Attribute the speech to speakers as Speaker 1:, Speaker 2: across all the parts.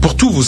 Speaker 1: Pour tous vos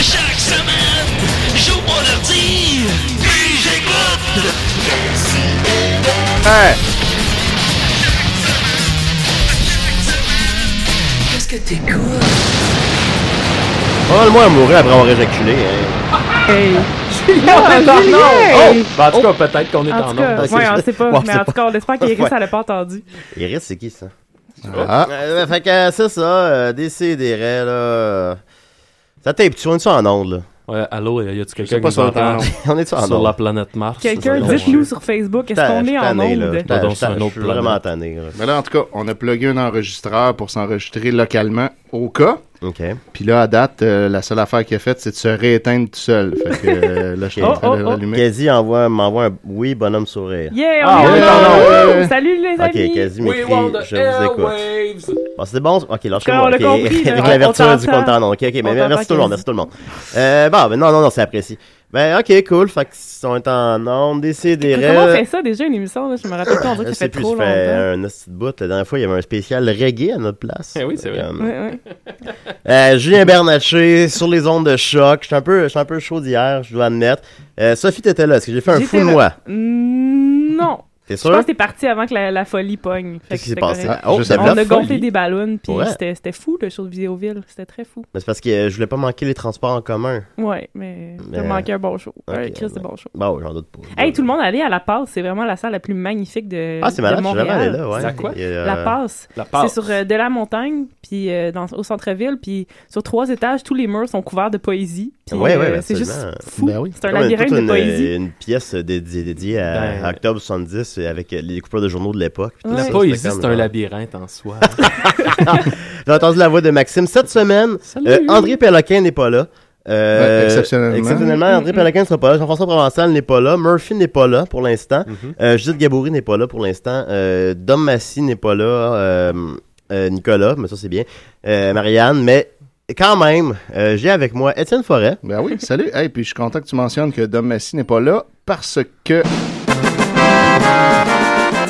Speaker 2: Chaque semaine, j'ouvre mon ordi, puis j'écoute.
Speaker 3: Hey!
Speaker 2: Qu'est-ce que t'écoutes?
Speaker 3: Pas moi à mourir après avoir éjaculé. hein.
Speaker 4: Hey!
Speaker 3: Non,
Speaker 4: Ah,
Speaker 3: non, non. Oh!
Speaker 4: Julien!
Speaker 3: Ben, en tout cas, peut-être qu'on est
Speaker 4: En
Speaker 3: en
Speaker 4: tout cas,
Speaker 3: onde.
Speaker 4: Euh, ouais, on sait pas,
Speaker 3: Ouais, on
Speaker 4: mais
Speaker 3: sait
Speaker 4: en tout
Speaker 3: pas.
Speaker 4: cas, on espère qu'Iris,
Speaker 3: Ouais.
Speaker 4: elle a pas entendu.
Speaker 5: Iris, c'est qui ça?
Speaker 3: Ah.
Speaker 5: Euh, fait que c'est ça, euh, décidérez, là. Ça tape, tu ça en onde, là.
Speaker 3: Ouais, allô, y a-tu
Speaker 5: sais
Speaker 3: quelqu'un
Speaker 5: pas
Speaker 3: qui
Speaker 5: si on
Speaker 3: nous
Speaker 5: est en onde.
Speaker 3: entend
Speaker 5: On est-tu en
Speaker 3: sur
Speaker 5: onde?
Speaker 3: la planète Mars?
Speaker 4: Quelqu'un,
Speaker 3: Ouais.
Speaker 4: dites-nous sur Facebook, est-ce qu'on est en
Speaker 5: tanné, là.
Speaker 4: onde?
Speaker 5: J'étais-
Speaker 3: Pardon,
Speaker 5: j'étais-
Speaker 3: c'est un autre
Speaker 5: Je suis
Speaker 3: plan.
Speaker 5: vraiment tanné, là.
Speaker 6: Mais Ben là, en tout cas, on a plugué un enregistreur pour s'enregistrer localement au cas.
Speaker 5: OK.
Speaker 6: Puis là, à date, euh, la seule affaire qu'il a faite, c'est de se rééteindre tout seul. Fait que euh, là, je suis en
Speaker 4: Oh,
Speaker 6: train de
Speaker 4: oh, oh.
Speaker 6: rallumer.
Speaker 5: Kazi envoie- m'envoie un oui, bonhomme sourire.
Speaker 4: Yeah,
Speaker 3: Ah,
Speaker 4: on
Speaker 3: oui,
Speaker 4: est
Speaker 6: non,
Speaker 4: en
Speaker 6: non,
Speaker 4: onde!
Speaker 6: oui.
Speaker 4: Salut les
Speaker 5: Ok,
Speaker 4: amis!
Speaker 5: quasi
Speaker 3: We
Speaker 5: m'écrit,
Speaker 3: want the
Speaker 5: je vous écoute.
Speaker 3: airwaves!
Speaker 5: Bon, c'est bon? Ok, lâchez-moi.
Speaker 4: on l'a
Speaker 5: ok.
Speaker 4: compris, là,
Speaker 5: Avec
Speaker 4: on- on
Speaker 5: la vertu du
Speaker 4: t'entend.
Speaker 5: compte en ondes. Ok, ok, mais
Speaker 4: On t'entend,
Speaker 5: merci tout le
Speaker 4: Kazi.
Speaker 5: monde, merci tout le monde. Euh, bon, mais non, non, non, c'est apprécié. Ben, ok, cool. Fait qu'ils on est en ondes, décidérez.
Speaker 4: Comment on fait ça déjà une émission? Là? Je me rappelle pas, on dirait
Speaker 5: Je
Speaker 4: que ça
Speaker 5: sais
Speaker 4: fait
Speaker 5: Ah, plus,
Speaker 4: trop
Speaker 5: ça fait
Speaker 4: longtemps.
Speaker 5: un petit bout. La dernière fois, il y avait un spécial reggae à notre place.
Speaker 3: Eh oui, c'est vrai.
Speaker 5: Euh,
Speaker 4: Ouais, ouais.
Speaker 5: euh, Julien Bernatchez, sur les ondes de choc. J'étais un peu, j'étais un peu chaud d'hier, je dois admettre. Euh, Sophie, t'étais là. Est-ce que j'ai fait un
Speaker 4: J'étais
Speaker 5: fou de
Speaker 4: là.
Speaker 5: moi?
Speaker 4: Mm, Non!
Speaker 5: T'es
Speaker 4: Je pense
Speaker 5: sûr?
Speaker 4: que t'es parti avant que la, la folie pogne. Fait
Speaker 5: Hein? Qu'est-ce qui
Speaker 4: que
Speaker 5: s'est
Speaker 4: c'était
Speaker 5: passé?
Speaker 4: correct.
Speaker 5: Ah, oh,
Speaker 6: Je
Speaker 5: c'est
Speaker 6: sais
Speaker 5: de
Speaker 6: pas.
Speaker 5: la
Speaker 4: On a
Speaker 5: folie.
Speaker 4: gonflé des ballons, puis
Speaker 5: Ouais.
Speaker 4: c'était c'était fou le show de Vidéoville. C'était très fou.
Speaker 5: Mais C'est parce que euh, je voulais pas manquer les transports en commun.
Speaker 4: Ouais, mais t'as
Speaker 5: Mais-
Speaker 4: manqué un bon show. Un
Speaker 5: Ok,
Speaker 4: Chris de
Speaker 5: ouais.
Speaker 4: bon show.
Speaker 5: Bah oui, j'en doute pas.
Speaker 4: Hey, tout le monde, allez à La Passe. C'est vraiment la salle la plus magnifique de,
Speaker 5: Ah, c'est
Speaker 4: de
Speaker 5: malade, je suis
Speaker 4: Montréal.
Speaker 5: jamais allé là, ouais.
Speaker 3: C'est à quoi?
Speaker 5: Et, euh,
Speaker 4: La Passe.
Speaker 3: La
Speaker 4: C'est
Speaker 3: passe.
Speaker 4: sur euh, de la montagne, puis euh, dans- au centre-ville, puis sur trois étages, tous les murs sont couverts de poésie. Puis, euh,
Speaker 5: Ouais, ouais,
Speaker 4: c'est juste
Speaker 5: absolument.
Speaker 4: fou.
Speaker 6: Ben oui.
Speaker 4: C'est un
Speaker 5: comme
Speaker 4: labyrinthe
Speaker 5: Ah toute
Speaker 4: de
Speaker 5: une,
Speaker 4: poésie.
Speaker 5: euh, Une pièce dédiée, dédiée à,
Speaker 3: Ben,
Speaker 5: à octobre 70 euh, avec euh, les coupeurs de journaux de l'époque. puis tout
Speaker 4: La
Speaker 5: ça,
Speaker 3: La poésie,
Speaker 5: c'était comme,
Speaker 3: c'est un
Speaker 5: euh,
Speaker 3: labyrinthe en soi.
Speaker 5: J'ai entendu la voix de Maxime cette semaine.
Speaker 4: Salut.
Speaker 5: euh, André Péloquin n'est pas là. Euh,
Speaker 6: Ouais, exceptionnellement.
Speaker 5: Exceptionnellement,
Speaker 4: Mm,
Speaker 5: André
Speaker 4: mm,
Speaker 5: Péloquin ne sera pas là. Jean-François Provençal n'est pas là. Murphy n'est pas là pour l'instant.
Speaker 3: Mhm.
Speaker 5: Euh, Judith Gaboury n'est pas là pour l'instant. Euh, Dom Massy n'est pas là. Euh, euh, Nicolas, mais ça c'est bien. Euh, Marianne, mais quand même, euh, j'ai avec moi Étienne Forêt.
Speaker 6: Ben oui, salut. Hey, puis je suis content que tu mentionnes que Dom Massy n'est pas là parce que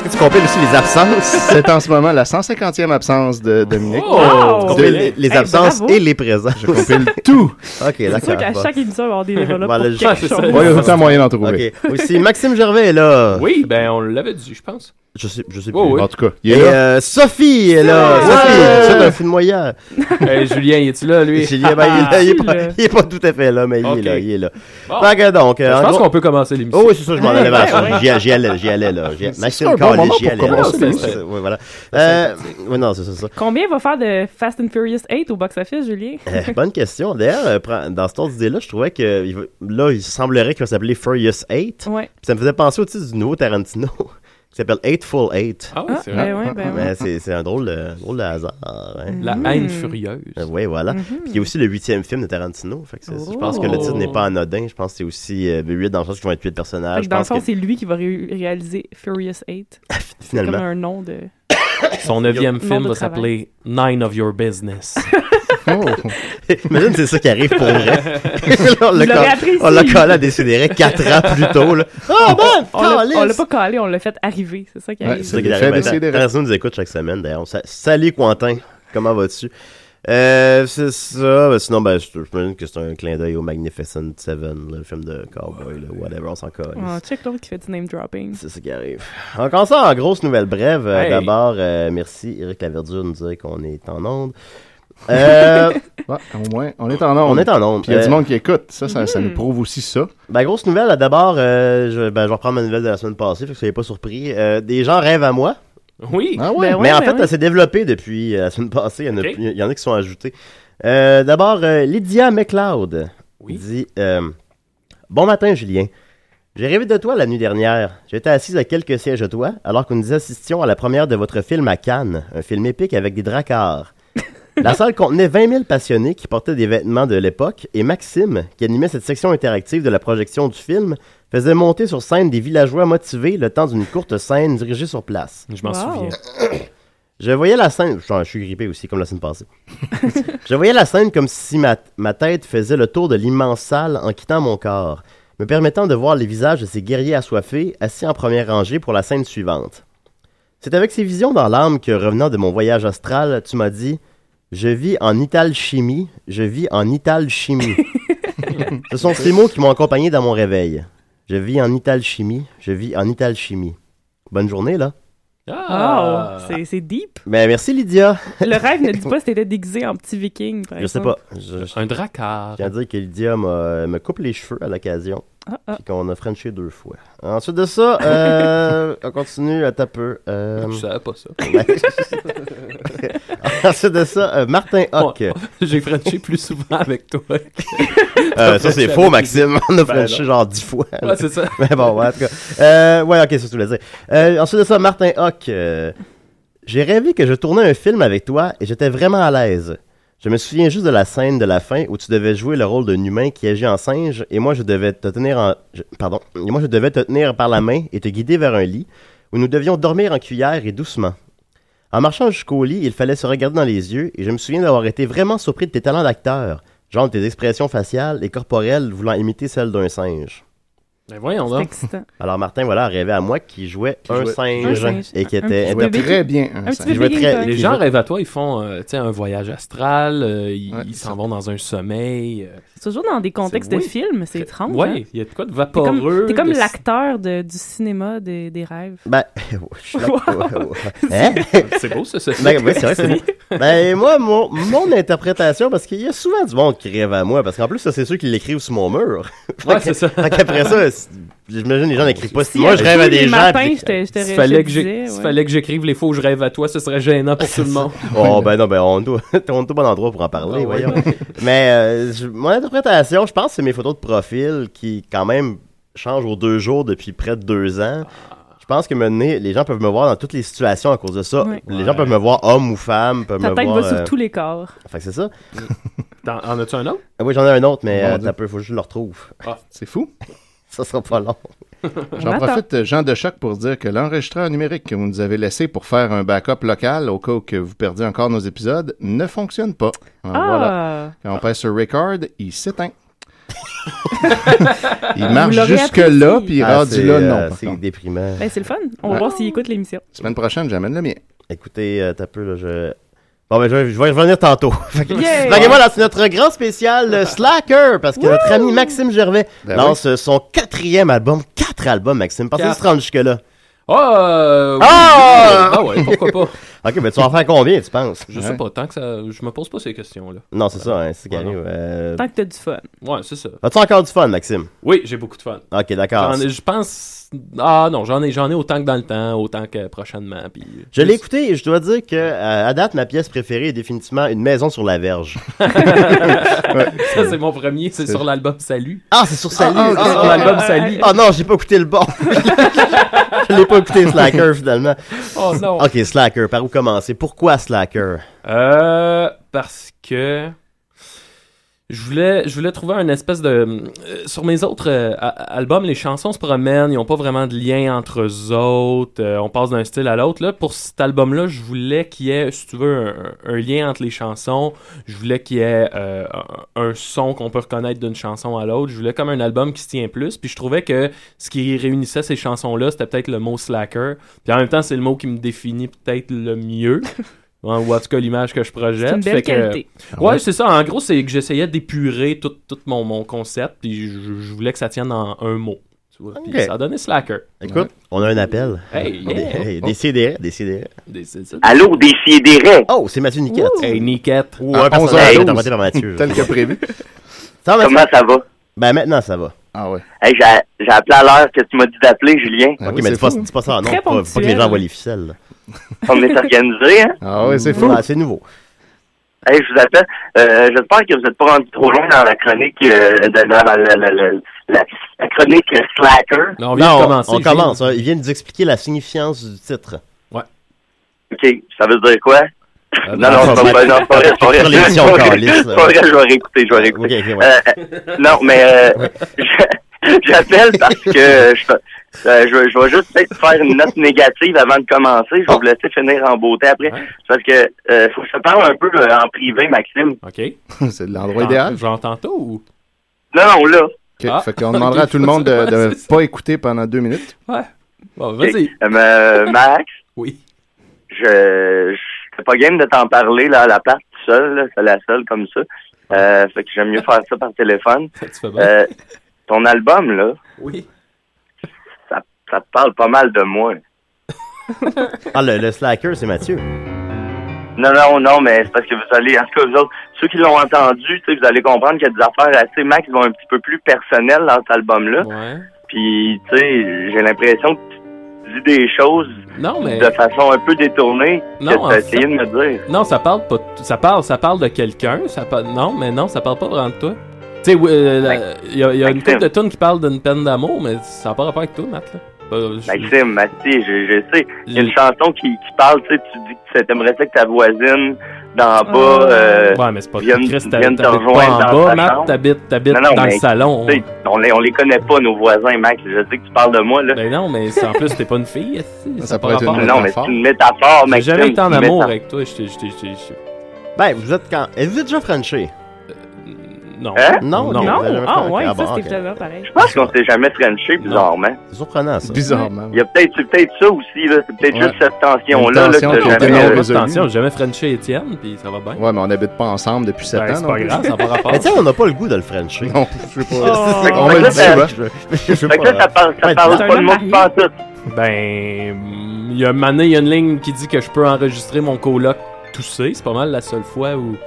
Speaker 5: Est-ce que tu compiles aussi les absences?
Speaker 6: c'est en ce moment la 150e absence de Dominique.
Speaker 4: Wow!
Speaker 5: Tu compiles les, les
Speaker 4: Hey,
Speaker 5: absences
Speaker 4: bravo.
Speaker 5: et les présents.
Speaker 6: Je compile tout.
Speaker 5: ok,
Speaker 4: C'est sûr qu'à
Speaker 5: d'accord.
Speaker 4: chaque émission, il va y avoir des développes
Speaker 5: Voilà,
Speaker 4: pour
Speaker 5: je-
Speaker 4: quelque
Speaker 3: c'est ça.
Speaker 4: chose.
Speaker 6: Ouais, il y a tout le temps moyen d'en trouver.
Speaker 5: Ok. Aussi, Maxime Gervais est là.
Speaker 3: Oui, ben on l'avait dit, je pense.
Speaker 5: Je sais, je sais plus.
Speaker 3: Oh, oui.
Speaker 6: En tout cas, il
Speaker 5: Et
Speaker 6: est là.
Speaker 5: euh, Sophie est là.
Speaker 3: Ouais.
Speaker 5: Sophie, c'est un fou de moyen.
Speaker 3: Hey, Euh, Julien, es-tu là, lui?
Speaker 5: J'ai dit, eh ben, il, est là, il est pas,
Speaker 4: Ah,
Speaker 5: il est pas tout à fait là, mais il est
Speaker 3: Ok.
Speaker 5: là, il est là.
Speaker 3: Bon.
Speaker 5: Fait que donc, euh,
Speaker 3: Je
Speaker 5: en
Speaker 3: pense
Speaker 5: gros-
Speaker 3: qu'on peut commencer l'émission.
Speaker 5: Oh oui, c'est ça, je m'en
Speaker 4: Ouais,
Speaker 5: allais vers
Speaker 4: ouais,
Speaker 5: ça.
Speaker 4: ouais.
Speaker 5: J'y, j'y allais, j'y allais là. J'y-
Speaker 6: C'est
Speaker 5: Maxime
Speaker 6: ça, un bon
Speaker 5: Carlis,
Speaker 6: moment
Speaker 5: j'y
Speaker 6: pour
Speaker 5: allais. là.
Speaker 6: commencer,
Speaker 5: Ouais,
Speaker 3: c'est-
Speaker 5: c'est- ouais, voilà. Euh, ouais, non, c'est ça, c'est ça.
Speaker 4: Combien va faire de Fast and Furious 8 au box-office, Julien?
Speaker 5: Euh, bonne question. D'ailleurs, euh, prends- dans cette autre idée-là, je trouvais que il veut- là, il semblerait qu'il va s'appeler Furious 8.
Speaker 4: Ouais.
Speaker 5: Puis ça me faisait penser au titre du nouveau Tarantino qui s'appelle Eightful Eight.
Speaker 3: Ah, oui,
Speaker 4: Ah,
Speaker 3: c'est vrai.
Speaker 4: ben ouais, ben Hmm. ouais.
Speaker 5: Mais c'est, c'est un drôle, de- drôle de hasard. Hein.
Speaker 3: La haine furieuse.
Speaker 5: Ben oui, voilà.
Speaker 4: Mhm.
Speaker 5: Puis il y a aussi le huitième film de Tarantino. Fait que c'est- Je pense que le titre
Speaker 3: Oh.
Speaker 5: n'est pas anodin. Je pense que c'est aussi euh, huit dans le sens qu'ils vont être huit
Speaker 4: Fait
Speaker 5: personnages.
Speaker 4: que
Speaker 5: Je
Speaker 4: dans le
Speaker 5: pense
Speaker 4: fond,
Speaker 5: que
Speaker 4: c'est lui qui va ré- réaliser Furious 8. Comme
Speaker 5: finalement.
Speaker 4: un nom de.
Speaker 3: Son neuvième
Speaker 4: Nom
Speaker 3: film
Speaker 4: de travail.
Speaker 3: va s'appeler Nine of Your Business.
Speaker 6: Oh.
Speaker 5: Imagine c'est ça qui arrive pour vrai. on
Speaker 4: Vous l'aurez
Speaker 5: l'a
Speaker 4: appris
Speaker 5: coll- on l'a
Speaker 4: ici.
Speaker 5: collé à Décideret 4 ans plus tôt. Là. Oh, man!
Speaker 4: On l'a
Speaker 5: calisse!
Speaker 4: on l'a pas calé, on l'a fait arriver. C'est ça qui
Speaker 6: Ouais,
Speaker 4: arrive.
Speaker 5: C'est ça qui
Speaker 6: Fait
Speaker 5: arrive.
Speaker 6: Décideret.
Speaker 5: Ben, Tarantino nous écoute chaque semaine, d'ailleurs. On sa- Salut, Quentin. Comment vas-tu? Euh, c'est ça. Ben, sinon, ben, je je me que c'est un clin d'œil au Magnificent Seven, là, le film de cowboy, là, whatever, on s'en calisse.
Speaker 4: Oh, check l'autre qui fait du name dropping.
Speaker 5: C'est ça qui arrive. On commence en grosse nouvelle brève. Euh,
Speaker 3: Hey.
Speaker 5: D'abord, euh, merci Eric Laverdure de nous dire qu'on est en onde. Euh,
Speaker 6: Ouais, au moins, on est en onde.
Speaker 5: on est en onde.
Speaker 6: Puis il y a
Speaker 5: Euh,
Speaker 6: du monde qui écoute. Ça, ça, ça nous prouve aussi ça.
Speaker 5: Ben, grosse nouvelle, là, d'abord, euh, je, ben, je vais reprendre ma nouvelle de la semaine passée, fait que soyez pas surpris. Euh, des gens rêvent à moi,
Speaker 3: Oui.
Speaker 6: Ah ouais?
Speaker 4: Ben ouais,
Speaker 5: mais en
Speaker 4: ben
Speaker 5: fait,
Speaker 4: ouais.
Speaker 5: ça s'est développé depuis euh, la semaine passée, il y en a,
Speaker 3: Ok.
Speaker 5: plus- il y en a qui sont ajoutés. Euh, d'abord, euh, Lydia McLeod
Speaker 3: Oui.
Speaker 5: dit euh, Bon matin, Julien. J'ai rêvé de toi la nuit dernière. J'étais assise à quelques sièges de toi, alors que nous assistions à la première de votre film à Cannes, un film épique avec des dracars. La salle contenait 20 000 passionnés qui portaient des vêtements de l'époque et Maxime, qui animait cette section interactive de la projection du film, faisait monter sur scène des villageois motivés le temps d'une courte scène dirigée sur place.
Speaker 3: Je m'en
Speaker 4: Wow.
Speaker 3: souviens.
Speaker 5: Je voyais la scène. Je, je suis grippé aussi, comme la semaine passée. je voyais la scène comme si ma, ma tête faisait le tour de l'immense salle en quittant mon corps, me permettant de voir les visages de ces guerriers assoiffés assis en première rangée pour la scène suivante. C'est avec ces visions dans l'âme que, revenant de mon voyage astral, tu m'as dit Je vis en italchimie, je vis en italchimie. Ce sont ces mots qui m'ont accompagné dans mon réveil. Je vis en italchimie, je vis en italchimie. Bonne journée, là.
Speaker 4: Oh,
Speaker 3: Ah!
Speaker 4: c'est- c'est deep.
Speaker 5: Ben, merci, Lydia.
Speaker 4: Le rêve ne dit pas si t'étais déguisé en petit viking. Par
Speaker 5: Je sais pas.
Speaker 4: exemple.
Speaker 5: Je-
Speaker 3: Un dracar.
Speaker 5: Je viens de dire que Lydia m'a- euh, me coupe les cheveux à l'occasion,
Speaker 4: Ah, ah.
Speaker 5: puis qu'on a frenché deux fois. Ensuite de ça, euh, on continue à taper. euh,
Speaker 3: Je savais pas ça.
Speaker 5: ensuite de ça, euh, Martin Hock.
Speaker 3: Ouais. J'ai frenché plus souvent avec toi.
Speaker 5: Euh, ça, c'est faux, Maxime. On a frenché
Speaker 3: Ben, non.
Speaker 5: genre dix fois. là.
Speaker 3: Ouais, c'est ça.
Speaker 5: Mais bon, ouais, en tout cas. Euh, ouais, ok, ça, je voulais dire. Euh, ensuite de ça, Martin Hock. euh, J'ai rêvé que je tournais un film avec toi et j'étais vraiment à l'aise. Je me souviens juste de la scène de la fin où tu devais jouer le rôle d'un humain qui agit en singe et moi je devais te tenir en je- pardon, et moi je devais te tenir par la main et te guider vers un lit où nous devions dormir en cuillère et doucement. En marchant jusqu'au lit, il fallait se regarder dans les yeux et je me souviens d'avoir été vraiment surpris de tes talents d'acteur, genre tes expressions faciales et corporelles voulant imiter celles d'un singe.
Speaker 3: Mais Ben, voyons
Speaker 4: C'est
Speaker 3: donc.
Speaker 4: excitant.
Speaker 5: Alors Martin, voilà, rêvait à moi qui jouait un
Speaker 6: jouait
Speaker 5: singe
Speaker 4: un singe.
Speaker 5: et qui
Speaker 4: Un
Speaker 5: était
Speaker 4: petit
Speaker 6: Il jouait
Speaker 4: bébé
Speaker 6: très bien. hein,
Speaker 4: Un
Speaker 6: ça.
Speaker 4: petit
Speaker 5: je
Speaker 4: peu
Speaker 5: vais très-
Speaker 4: viking.
Speaker 3: Les
Speaker 5: Qui
Speaker 3: gens
Speaker 5: va-
Speaker 3: rêvent à toi, ils font euh, tu sais, un voyage astral, euh, ils
Speaker 6: Ouais,
Speaker 3: ils
Speaker 6: ça.
Speaker 3: s'en vont dans un sommeil. euh,
Speaker 4: C'est toujours dans des contextes de
Speaker 3: oui.
Speaker 4: films, c'est étrange. hein.
Speaker 3: ouais, il y a de quoi de
Speaker 4: T'es comme-
Speaker 3: vaporeux.
Speaker 4: T'es comme,
Speaker 3: de-
Speaker 4: l'acteur de- du cinéma des, des rêves.
Speaker 5: Ben, je suis là-
Speaker 4: Wow.
Speaker 5: Hein?
Speaker 3: C'est beau, ça, ce
Speaker 5: Ben, oui, c'est vrai, c'est beau. Ben, moi, mon, mon interprétation, parce qu'il y a souvent du monde qui rêve à moi, parce qu'en plus, ça, c'est ceux qui l'écrivent sur mon mur.
Speaker 3: Ouais, c'est ça.
Speaker 5: Fait qu'après ça, c'est- j'imagine les gens n'écrivent pas.
Speaker 4: Si,
Speaker 5: moi,
Speaker 4: euh,
Speaker 5: je rêve à
Speaker 4: tous
Speaker 5: des
Speaker 4: les
Speaker 5: gens.
Speaker 4: matins,
Speaker 5: puis-
Speaker 4: je te, je te, je
Speaker 3: S'il
Speaker 4: te
Speaker 3: fallait, que
Speaker 4: disais,
Speaker 3: j'ai- s'il
Speaker 4: ouais.
Speaker 3: fallait que j'écrive les faux je rêve à toi, ce serait gênant pour tout le monde.
Speaker 5: Oh, ben non, ben, on doit, on est au bon endroit pour en parler,
Speaker 3: Ah, ouais.
Speaker 5: voyons. Mais, euh, je- mon interprétation, je pense que c'est mes photos de profil qui, quand même, changent aux deux jours depuis près de deux ans.
Speaker 6: Ah.
Speaker 5: Je pense que maintenant, les gens peuvent me voir dans toutes les situations à cause de ça.
Speaker 4: Ouais.
Speaker 5: Les gens peuvent me voir homme ou femme, peuvent
Speaker 4: Ta
Speaker 5: me
Speaker 4: tête
Speaker 5: voir.
Speaker 4: va sur
Speaker 5: euh,
Speaker 4: tous les corps.
Speaker 5: Fait que c'est ça.
Speaker 3: T'en- en as-tu un autre?
Speaker 5: Ah oui, j'en ai un autre, mais
Speaker 6: Mon Dieu.
Speaker 5: euh,
Speaker 6: Ah,
Speaker 5: t'as peu, faut juste que je le retrouve.
Speaker 6: C'est fou.
Speaker 5: Ça sera pas long.
Speaker 6: J'en
Speaker 4: attend.
Speaker 6: profite, euh, Jean de Choc, pour dire que l'enregistreur numérique que vous nous avez laissé pour faire un backup local au cas où que vous perdiez encore nos épisodes ne fonctionne pas. Alors, Voilà.
Speaker 4: Ah!
Speaker 6: Quand on passe sur record, il s'éteint. il
Speaker 4: Vous
Speaker 6: marche
Speaker 4: l'aurez
Speaker 6: jusque-là,
Speaker 4: apprécié.
Speaker 6: puis
Speaker 5: Ah,
Speaker 6: rendu
Speaker 5: c'est,
Speaker 6: là, non.
Speaker 5: euh,
Speaker 6: par
Speaker 5: c'est
Speaker 6: contre.
Speaker 5: déprimant.
Speaker 4: Ben, c'est le fun. On va
Speaker 6: Ouais.
Speaker 4: voir s'il écoute l'émission.
Speaker 6: Semaine prochaine, j'amène le mien.
Speaker 5: Écoutez, euh, t'as peu, là, je. Bon, ben, je vais, je vais y revenir tantôt. Fait que-
Speaker 4: Yeah!
Speaker 5: Fait que voilà, c'est notre grand spécial euh, Slacker, parce que notre ami Maxime Gervais
Speaker 6: Ben
Speaker 5: lance euh, son quatrième album, quatre albums, Maxime. Pensez que
Speaker 3: Quatre.
Speaker 5: se rendre jusque-là.
Speaker 3: Ah! euh, oui,
Speaker 5: Ah!
Speaker 3: oui, oui. Ah ouais, pourquoi pas?
Speaker 5: Ok, mais tu vas en faire combien, tu penses? Hein?
Speaker 3: Je
Speaker 6: Ouais.
Speaker 3: sais pas, tant que ça. Je me pose pas ces questions-là.
Speaker 5: Non, c'est ça, hein, c'est ce qui
Speaker 3: Ouais,
Speaker 5: arrive. euh,
Speaker 4: Tant que t'as du fun.
Speaker 3: Ouais, c'est ça.
Speaker 5: As-tu encore du fun, Maxime?
Speaker 3: Oui, j'ai beaucoup de fun.
Speaker 5: Ok, d'accord.
Speaker 3: J'en ai- Je pense. Ah non, j'en ai, j'en ai autant que dans le temps, autant que prochainement. Puis...
Speaker 5: Je l'ai écouté et je dois dire que, euh, à date, ma pièce préférée est définitivement Une maison sur la verge.
Speaker 3: Ça, c'est mon premier, c'est
Speaker 6: C'est-
Speaker 3: sur l'album Salut.
Speaker 5: Ah, c'est sur Salut!
Speaker 6: Ah,
Speaker 5: Ah,
Speaker 6: ok.
Speaker 5: ah,
Speaker 3: sur l'album Salut.
Speaker 5: ah, non, j'ai pas écouté le bon. je l'ai pas écouté, Slacker, finalement.
Speaker 3: Oh non.
Speaker 5: Ok, Slacker, par où commencer? Pourquoi Slacker?
Speaker 3: Euh, parce que je voulais, je voulais trouver un espèce de euh, sur mes autres euh, a- albums, les chansons se promènent, ils n'ont pas vraiment de lien entre eux autres. euh, on passe d'un style à l'autre. Là, pour cet album-là, je voulais qu'il y ait, si tu veux, un, un lien entre les chansons. Je voulais qu'il y ait euh, un un son qu'on peut reconnaître d'une chanson à l'autre. Je voulais comme un album qui se tient plus. Puis je trouvais que ce qui réunissait ces chansons-là, c'était peut-être le mot slacker. Puis en même temps, c'est le mot qui me définit peut-être le mieux. Ouais, ou en tout cas l'image que je projette.
Speaker 4: C'est une
Speaker 3: Fait
Speaker 4: belle
Speaker 3: que-
Speaker 4: qualité.
Speaker 3: Ouais, c'est ça. En gros, c'est que j'essayais d'épurer tout, tout mon, mon concept, puis je, je voulais que ça tienne en un mot. tu vois. Puis
Speaker 5: Ok.
Speaker 3: ça a donné slacker.
Speaker 5: Écoute, on a un appel.
Speaker 3: Hey,
Speaker 5: Des-
Speaker 3: yeah. Oh.
Speaker 5: hey, Décidérez, décidérez.
Speaker 3: Des- c'est ça.
Speaker 2: Allô, décidérez.
Speaker 5: Oh, c'est Mathieu Niquette.
Speaker 3: Hey, Niquette.
Speaker 5: Ou
Speaker 6: À
Speaker 5: un
Speaker 6: 11
Speaker 5: personnage
Speaker 6: à 12.
Speaker 5: interprété par Mathieu.
Speaker 6: Tel que prévu.
Speaker 5: Ça va, Mathieu?
Speaker 2: Comment ça va?
Speaker 5: Ben maintenant, ça va.
Speaker 6: Ah ouais.
Speaker 2: Hey, j'ai j'ai appelé à l'heure que tu m'as dit d'appeler, Julien.
Speaker 6: Ah
Speaker 5: ok,
Speaker 6: oui,
Speaker 5: mais
Speaker 6: c'est
Speaker 5: dis pas,
Speaker 6: fou.
Speaker 5: dis pas ça, non.
Speaker 4: Très
Speaker 5: Pas, pas que les
Speaker 4: ponctuel.
Speaker 5: gens voient les ficelles.
Speaker 2: On est organisé, hein?
Speaker 6: Ah ouais, c'est fou.
Speaker 5: Ouais, c'est nouveau.
Speaker 2: Hey, je vous appelle. Euh, J'espère que vous n'êtes pas rendu trop loin dans la chronique euh, de- dans la, la- la- la- la- la chronique euh, Slacker.
Speaker 3: Non, on vient
Speaker 5: Non,
Speaker 3: de
Speaker 5: on,
Speaker 3: commencer.
Speaker 5: on
Speaker 3: Gilles.
Speaker 5: commence. hein. Il vient nous expliquer la signification du titre.
Speaker 2: OK, ça veut dire quoi?
Speaker 3: Euh,
Speaker 2: non, non,
Speaker 5: non,
Speaker 2: c'est
Speaker 5: ça
Speaker 2: pas
Speaker 5: va
Speaker 2: vrai, non, c'est pas vrai, c'est pas vrai.
Speaker 5: Sur l'émission,
Speaker 2: C'est pas vrai,
Speaker 5: Carlis,
Speaker 2: c'est pas vrai, je vais réécouter, je vais
Speaker 5: Ok, ok,
Speaker 2: réécouter.
Speaker 5: ouais.
Speaker 2: Euh, euh, non, mais euh, je- j'appelle parce que je, euh, je, vais- je vais juste peut-être faire une note négative avant de commencer. Je vais vous laisser finir en beauté après.
Speaker 3: Ouais.
Speaker 2: C'est Parce que euh, faut que je te parle un peu euh, en privé, Maxime.
Speaker 3: OK.
Speaker 6: C'est l'endroit idéal.
Speaker 3: J'en tantôt ou.
Speaker 2: Non, non, là.
Speaker 6: Ok,
Speaker 3: Ah.
Speaker 6: Fait qu'on demandera à tout le monde de
Speaker 3: Ouais,
Speaker 6: ne
Speaker 3: c'est ça.
Speaker 6: pas écouter pendant deux minutes.
Speaker 3: Bon, vas-y.
Speaker 2: Euh, euh, Max,
Speaker 3: Oui.
Speaker 2: je je suis pas game de t'en parler là, à la place tout seul, là. c'est la seule comme ça. Euh, fait que j'aime mieux faire ça par téléphone.
Speaker 3: Ça, tu fais bien.
Speaker 2: Euh, ton album, là,
Speaker 3: Oui.
Speaker 2: ça te parle pas mal de moi.
Speaker 5: Ah, le, le slacker, c'est Mathieu.
Speaker 2: Non, non, non, mais c'est parce que vous allez, en tout cas, vous autres, ceux qui l'ont entendu, tu sais, vous allez comprendre qu'il y a des affaires assez max qui vont un petit peu plus personnelles dans cet album-là.
Speaker 3: Ouais.
Speaker 2: Puis, tu sais, j'ai l'impression que tu dis des choses
Speaker 3: Non, mais.
Speaker 2: de façon un peu détournée
Speaker 3: Non,
Speaker 2: que
Speaker 3: en
Speaker 2: tu as
Speaker 3: fait-
Speaker 2: essayé de me dire.
Speaker 3: Non, ça parle pas. de- Ça parle, ça parle de quelqu'un. Ça parle- Non, mais non, ça parle pas vraiment de toi. Tu sais, oui, euh, la- il y a, il y a
Speaker 2: Ben,
Speaker 3: une
Speaker 2: Maxime.
Speaker 3: couple de tunes qui parle d'une peine d'amour, mais ça n'a pas rapport avec toi, Matt. Là. Euh, je-
Speaker 2: Maxime, Mathieu, je, je sais, il y a
Speaker 3: je-
Speaker 2: une chanson qui, qui parle, tu sais, tu dis que tu aimerais ça que ta voisine d'en bas, euh,
Speaker 3: Ouais, mais c'est pas
Speaker 2: Viennent-
Speaker 3: Chris, t'hab-
Speaker 2: viennent te
Speaker 3: t'habites pas
Speaker 2: rejoindre
Speaker 3: en
Speaker 2: dans
Speaker 3: bas,
Speaker 2: ta
Speaker 3: Matt,
Speaker 2: chambre.
Speaker 3: t'habites, t'habites
Speaker 2: Non, non,
Speaker 3: dans
Speaker 2: mais-
Speaker 3: le salon.
Speaker 2: tu sais, on les, on les connaît pas, nos voisins, Max. Je sais que tu parles de moi, là.
Speaker 3: Ben non, mais c'est- en plus, t'es pas une fille, esti,
Speaker 6: Ça
Speaker 3: ça
Speaker 6: pourrait être
Speaker 3: pas
Speaker 6: une ben,
Speaker 3: rapport.
Speaker 2: non, mais
Speaker 6: métaphore.
Speaker 2: c'est une métaphore,
Speaker 3: J'ai
Speaker 2: Maxime.
Speaker 3: jamais été en
Speaker 2: c'est une
Speaker 3: amour
Speaker 2: métaphore.
Speaker 3: avec toi, j'étais, j'étais, j'étais, j'étais-
Speaker 5: Ben, vous êtes quand. Êtes-vous déjà Frenché?
Speaker 3: Non.
Speaker 2: Hein?
Speaker 5: Non,
Speaker 3: non.
Speaker 5: non. vous
Speaker 4: Non?
Speaker 5: avez jamais fait-
Speaker 4: Ah
Speaker 5: ok,
Speaker 4: ouais,
Speaker 5: ah bon,
Speaker 4: ça,
Speaker 5: ok.
Speaker 4: c'était vraiment pareil.
Speaker 2: Je pense qu'on s'est jamais frenché, bizarrement.
Speaker 5: C'est surprenant, ça.
Speaker 6: Bizarrement.
Speaker 2: Il y a peut-être, c'est peut-être ça aussi, là. C'est peut-être
Speaker 6: Ouais.
Speaker 2: juste cette tension-là,
Speaker 6: Une
Speaker 2: là,
Speaker 6: tension
Speaker 2: que
Speaker 6: qui
Speaker 2: t'as
Speaker 6: était
Speaker 2: jamais.
Speaker 6: non
Speaker 2: euh,
Speaker 6: résolue.
Speaker 3: Attention, j'ai jamais frenché Étienne, puis ça va bien.
Speaker 6: Ouais, mais on n'habite pas ensemble depuis sept
Speaker 3: Ben,
Speaker 6: ans.
Speaker 3: c'est
Speaker 6: non?
Speaker 3: pas grave, ça n'a pas rapport.
Speaker 5: Mais tiens, on n'a pas le goût de le Frencher.
Speaker 6: Non, je sais pas.
Speaker 4: Oh.
Speaker 6: On va le dire, hein.
Speaker 5: Je- je- je sais
Speaker 2: Fait que là, ça
Speaker 5: pas.
Speaker 2: parle, ça
Speaker 5: Ouais,
Speaker 2: parle
Speaker 4: c'est un
Speaker 2: pas de
Speaker 4: homme
Speaker 2: moi qui pense tout.
Speaker 3: Ben, hum, il y a un moment donné, il y a une ligne qui dit que je peux enregistrer mon coloc tousser. C'est pas mal la seule fois où.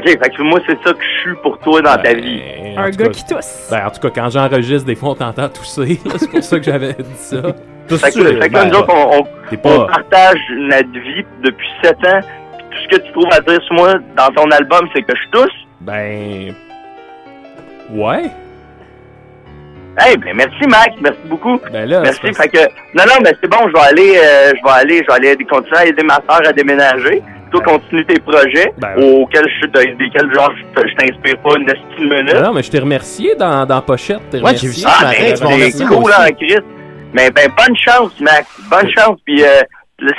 Speaker 2: Ok, fait que moi, c'est ça que je suis pour toi dans ta
Speaker 3: Ben,
Speaker 2: vie.
Speaker 3: en
Speaker 4: Un
Speaker 3: tout
Speaker 4: gars
Speaker 3: cas-
Speaker 4: qui tousse.
Speaker 3: Ben, en tout cas, quand j'enregistre, des fois, on t'entend tousser. là, C'est pour ça que j'avais dit ça. ben,
Speaker 2: Fait que, fait que là, nous autres, on, on-
Speaker 3: T'es
Speaker 2: on
Speaker 3: pas.
Speaker 2: partage notre vie depuis sept ans. Puis tout ce que tu trouves à dire sur moi dans ton album, c'est que je tousse.
Speaker 3: Ben. Ouais.
Speaker 2: Hey, ben merci, Max. Merci beaucoup.
Speaker 3: Ben là.
Speaker 2: Merci.
Speaker 3: c'est parce-
Speaker 2: Fait que, non, non, mais c'est bon, je vais aller, euh, je vais aller, je vais aller continuer à aider ma soeur à déménager. Toi, continue tes projets
Speaker 3: Ben
Speaker 2: auxquels je, de- desquels, genre, je te- je t'inspire pas une estime minute.
Speaker 3: Ben non, mais je t'ai remercié dans, dans Pochette. t'es
Speaker 5: Ouais, j'ai vu
Speaker 3: remercié.
Speaker 5: ça.
Speaker 2: Hein? Ah,
Speaker 5: Ah,
Speaker 2: ben,
Speaker 5: ben, tu m'en
Speaker 2: c'est
Speaker 5: remercies,
Speaker 2: cool,
Speaker 5: moi
Speaker 2: hein, Chris. Mais ben, bonne chance, Max. Bonne chance. Puis, euh,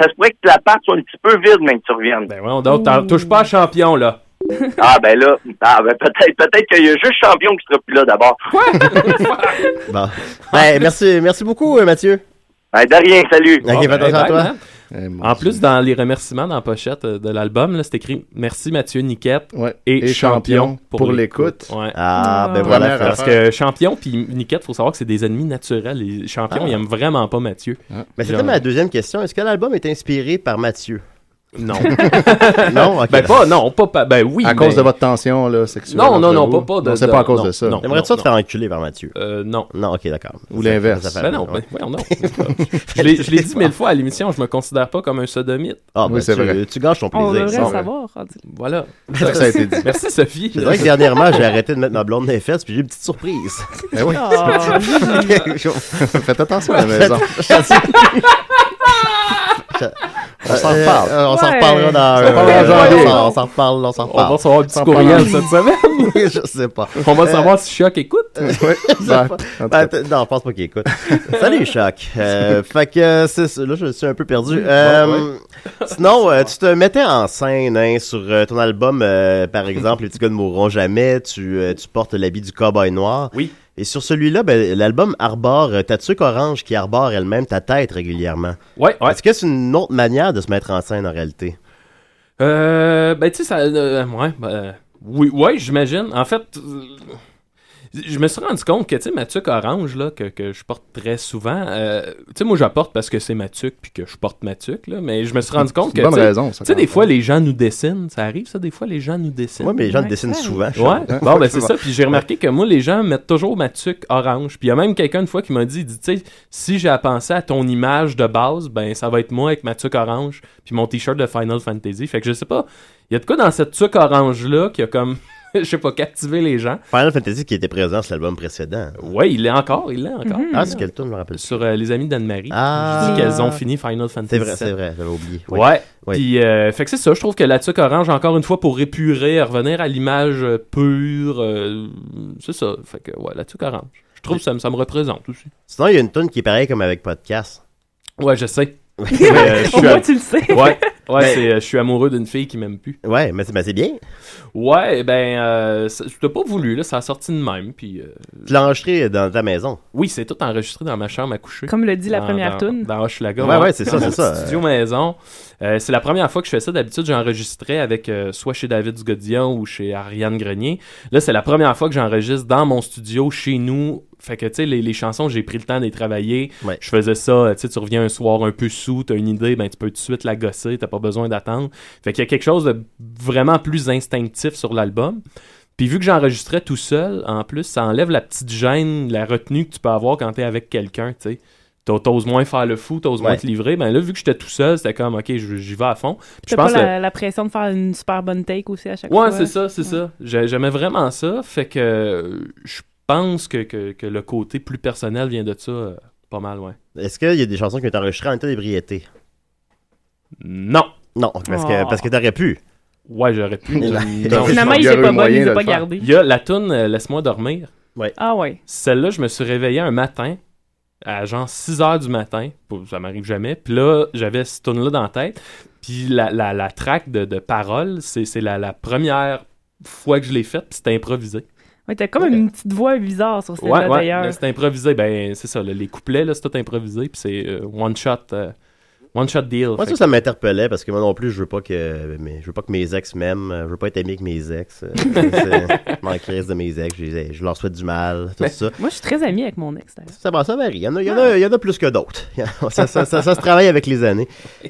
Speaker 2: ça se pourrait que l'appart soit un petit peu vide, mais que tu reviennes.
Speaker 3: Ben ouais, donc, t'en touches pas à champion, là.
Speaker 2: hein. Ah, ben là, ah, ben, peut-être peut-être qu'il y a juste champion qui sera plus là d'abord.
Speaker 5: Bon. Ben, merci, merci beaucoup, euh, Mathieu.
Speaker 2: Ben, de rien, salut.
Speaker 5: Ok, fais attention à
Speaker 3: ben,
Speaker 5: toi.
Speaker 3: ben,
Speaker 6: Eh, mon
Speaker 3: En
Speaker 6: Dieu.
Speaker 3: plus, dans les remerciements dans la pochette euh, de l'album, là, c'est écrit Merci Mathieu Niquette
Speaker 6: Ouais.
Speaker 3: et,
Speaker 6: Et
Speaker 3: champion, pour, l'écoute. Ouais.
Speaker 5: Ah, ben
Speaker 4: Ah.
Speaker 5: voilà.
Speaker 6: Première
Speaker 5: Franck.
Speaker 3: Parce que champion puis Niquette, faut savoir que c'est des ennemis naturels. Les champions, ils aiment vraiment pas Mathieu.
Speaker 5: Mais c'était ma deuxième question. Est-ce que l'album est inspiré par Mathieu?
Speaker 3: Non.
Speaker 5: non, ok.
Speaker 3: ben pas, non, pas, pas- ben oui.
Speaker 6: À
Speaker 3: mais-
Speaker 6: cause de votre tension là, sexuelle.
Speaker 3: Non, non,
Speaker 6: entre
Speaker 3: non,
Speaker 6: vous.
Speaker 3: pas- pas de-
Speaker 6: Non, C'est
Speaker 3: de-
Speaker 6: pas à cause
Speaker 3: non,
Speaker 6: de ça.
Speaker 3: non.
Speaker 5: T'aimerais-tu ça te faire enculer par Mathieu?
Speaker 3: Euh, non.
Speaker 5: Non, ok, d'accord.
Speaker 6: Ou l'inverse.
Speaker 5: Ça, ça fait
Speaker 3: Ben non,
Speaker 5: mal,
Speaker 3: ben,
Speaker 5: ouais.
Speaker 3: voyons donc. je l'ai je l'ai dit mille fois à l'émission, je me considère pas comme un sodomite.
Speaker 5: Ah, ben,
Speaker 6: Oui, c'est
Speaker 5: tu,
Speaker 6: vrai.
Speaker 5: tu gâches ton plaisir.
Speaker 4: On devrait
Speaker 5: ça.
Speaker 4: le savoir. rendu là.
Speaker 3: Voilà.
Speaker 6: Ça, ça a été dit.
Speaker 3: Merci Sophie.
Speaker 5: C'est vrai que dernièrement, j'ai arrêté de mettre ma blonde dans les fesses, puis j'ai une petite surprise.
Speaker 6: Ben oui,
Speaker 4: Ah,
Speaker 6: faites attention à la maison.
Speaker 5: On s'en reparle. Euh, on s'en
Speaker 4: Ouais.
Speaker 5: reparlera dans
Speaker 6: On s'en reparle en janvier.
Speaker 5: on s'en- On s'en reparle, on s'en
Speaker 3: On va
Speaker 5: reparle.
Speaker 3: recevoir un petit
Speaker 6: Sans
Speaker 3: courriel
Speaker 6: parler.
Speaker 3: cette semaine.
Speaker 5: Je sais pas.
Speaker 3: On va savoir si Choc écoute.
Speaker 6: Ouais, ben, en tout
Speaker 5: Ben,
Speaker 6: cas,
Speaker 5: t- non, je pense pas qu'il écoute. Salut, Choc. Euh, fait que, euh, c'est ça. là, je suis un peu perdu. Euh, Sinon, euh, tu te mettais en scène hein, sur euh, ton album, euh, par exemple, Les petits gars ne mourront jamais. Tu, euh, tu portes l'habit du cowboy noir.
Speaker 3: Oui.
Speaker 5: Et sur celui-là, ben, l'album arbore euh, ta tuque orange qui arbore elle-même ta tête régulièrement.
Speaker 3: Ouais, ouais.
Speaker 5: Est-ce que c'est une autre manière de se mettre en scène en réalité?
Speaker 3: Euh, ben, tu sais, ça. euh, ouais, ben, oui, ouais, j'imagine. En fait, euh, je me suis rendu compte que, tu sais, ma tuque orange, là, que, que je porte très souvent, euh, tu sais, moi, j'apporte parce que c'est ma tuque puis que je porte ma tuque, là, mais je me suis rendu compte
Speaker 6: c'est
Speaker 3: que.
Speaker 6: une bonne
Speaker 3: tu sais,
Speaker 6: raison. ça,
Speaker 3: Tu sais,
Speaker 6: quand
Speaker 3: des
Speaker 6: même.
Speaker 3: fois, les gens nous dessinent. Ça arrive, ça, des fois, les gens nous dessinent.
Speaker 5: Moi, mais les gens te
Speaker 4: Ouais,
Speaker 5: dessinent
Speaker 4: ça,
Speaker 5: souvent. Choc.
Speaker 3: Ouais, bon, ben c'est ça. Puis j'ai remarqué que moi, les gens mettent toujours ma tuque orange. Puis il y a même quelqu'un une fois qui m'a dit, il dit, tu sais, si j'ai à penser à ton image de base, ben ça va être moi avec ma tuque orange, puis mon t-shirt de Final Fantasy. Fait que je sais pas, il y a de quoi dans cette tuque orange-là qui a comme, je sais pas, captivé les gens.
Speaker 5: Final Fantasy qui était présent sur l'album précédent.
Speaker 3: Ouais, il l'est encore, il l'est encore.
Speaker 5: Ah, c'est quel tour, je me rappelle.
Speaker 3: Sur euh, Les Amis d'Anne-Marie.
Speaker 5: Ah.
Speaker 3: Je dis qu'elles ont fini Final Fantasy.
Speaker 5: C'est vrai,
Speaker 3: VII.
Speaker 5: c'est vrai, j'avais oublié.
Speaker 3: Ouais.
Speaker 5: Oui. Ouais.
Speaker 3: Puis, euh, fait que c'est ça. Je trouve que la tuque orange, encore une fois, pour épurer, revenir à l'image euh, pure, euh, c'est ça. Fait que, ouais, la tuque orange. Je trouve que ça, me- ça me représente aussi.
Speaker 5: Sinon, il y a une tonne qui est pareille comme avec podcast.
Speaker 3: Ouais, je sais.
Speaker 5: Mais, euh, je
Speaker 4: Au
Speaker 5: suis
Speaker 4: moins,
Speaker 5: un-
Speaker 4: tu le sais.
Speaker 3: Ouais, ouais, c'est, euh, je suis amoureux d'une fille qui m'aime plus.
Speaker 5: ouais, mais c'est ben, c'est bien.
Speaker 3: Ouais, ben, euh, ça- je t'ai pas voulu, là, ça a sorti de même. Puis, euh,
Speaker 5: Tu l'as enregistré dans ta maison.
Speaker 3: oui, c'est tout enregistré dans ma chambre à coucher.
Speaker 4: Comme le dit la
Speaker 3: Dans-
Speaker 4: première
Speaker 3: dans,
Speaker 4: tune.
Speaker 3: Dans Hochelaga.
Speaker 5: Ouais, ouais, c'est ça,
Speaker 3: Dans mon
Speaker 5: c'est ça.
Speaker 3: petit Studio maison. Euh, c'est la première fois que je fais ça. D'habitude, j'enregistrais avec euh, soit chez David Dugodion ou chez Ariane Grenier. Là, c'est la première fois que j'enregistre dans mon studio, chez nous. Fait que, tu sais, les, les chansons, j'ai pris le temps de les travailler.
Speaker 5: Ouais.
Speaker 3: Je faisais ça, euh, tu sais, tu reviens un soir un peu sous, t'as une idée, ben tu peux tout de suite la gosser, t'as pas besoin d'attendre. Fait qu'il y a quelque chose de vraiment plus instinctif sur l'album. Puis vu que j'enregistrais tout seul, en plus, ça enlève la petite gêne, la retenue que tu peux avoir quand t'es avec quelqu'un, tu sais. T'o- T'oses moins faire le fou, t'oses moins
Speaker 5: Ouais.
Speaker 3: te livrer. Ben là, vu que j'étais tout seul, c'était comme, OK, je- j'y vais à fond. Puis
Speaker 4: T'as
Speaker 3: je
Speaker 4: pas
Speaker 3: pense que...
Speaker 4: la, la pression de faire une super bonne take aussi à chaque fois.
Speaker 3: Ouais, c'est ça, c'est ça. J'ai- J'aimais vraiment ça. Fait que euh, je pense que, que, que le côté plus personnel vient de ça euh, pas mal, ouais.
Speaker 5: Est-ce qu'il y a des chansons qui ont été enregistrées en état d'ébriété?
Speaker 3: Non!
Speaker 5: Non, parce que,
Speaker 4: Oh.
Speaker 5: parce que t'aurais pu.
Speaker 3: Ouais, j'aurais pu.
Speaker 5: Il a-
Speaker 3: Non, je
Speaker 4: Finalement,
Speaker 3: pense-
Speaker 4: il
Speaker 6: y aurait
Speaker 4: s'est
Speaker 6: eu
Speaker 4: pas bon,
Speaker 6: moyen
Speaker 4: il
Speaker 6: de
Speaker 4: s'est
Speaker 6: le
Speaker 4: pas
Speaker 6: faire.
Speaker 4: gardé.
Speaker 3: il y a la toune euh, Laisse-moi dormir.
Speaker 4: Ah ouais.
Speaker 3: Celle-là, je me suis réveillé un matin, à genre 6 heures du matin, Pour- ça m'arrive jamais. Puis là, j'avais cette tune-là dans la tête. Puis la, la, la track de, de paroles, c'est c'est la, la première fois que je l'ai faite, puis c'était improvisé.
Speaker 4: Ouais, t'as comme une petite voix bizarre sur celle-là
Speaker 3: Ouais, ouais, là,
Speaker 4: d'ailleurs.
Speaker 3: c'était improvisé. Ben, c'est ça, là, les couplets, là, c'est tout improvisé, puis c'est euh, one shot. euh, One shot deal.
Speaker 5: Moi,
Speaker 3: Fait
Speaker 5: ça, ça m'interpellait parce que moi non plus, je veux pas que, mais, je veux pas que mes ex m'aiment. euh, Je veux pas être ami avec mes ex. euh, c'est- Je m'en crise de mes ex. Je, les- je leur souhaite du mal.
Speaker 3: Ben,
Speaker 5: Tout ça.
Speaker 4: Moi, je suis très amie avec mon ex d'ailleurs.
Speaker 5: Ça, va, ça varie. Il y, en a, il, y en
Speaker 3: Ah.
Speaker 5: a, il y en a plus que d'autres. ça, ça- ça- ça se travaille avec les années.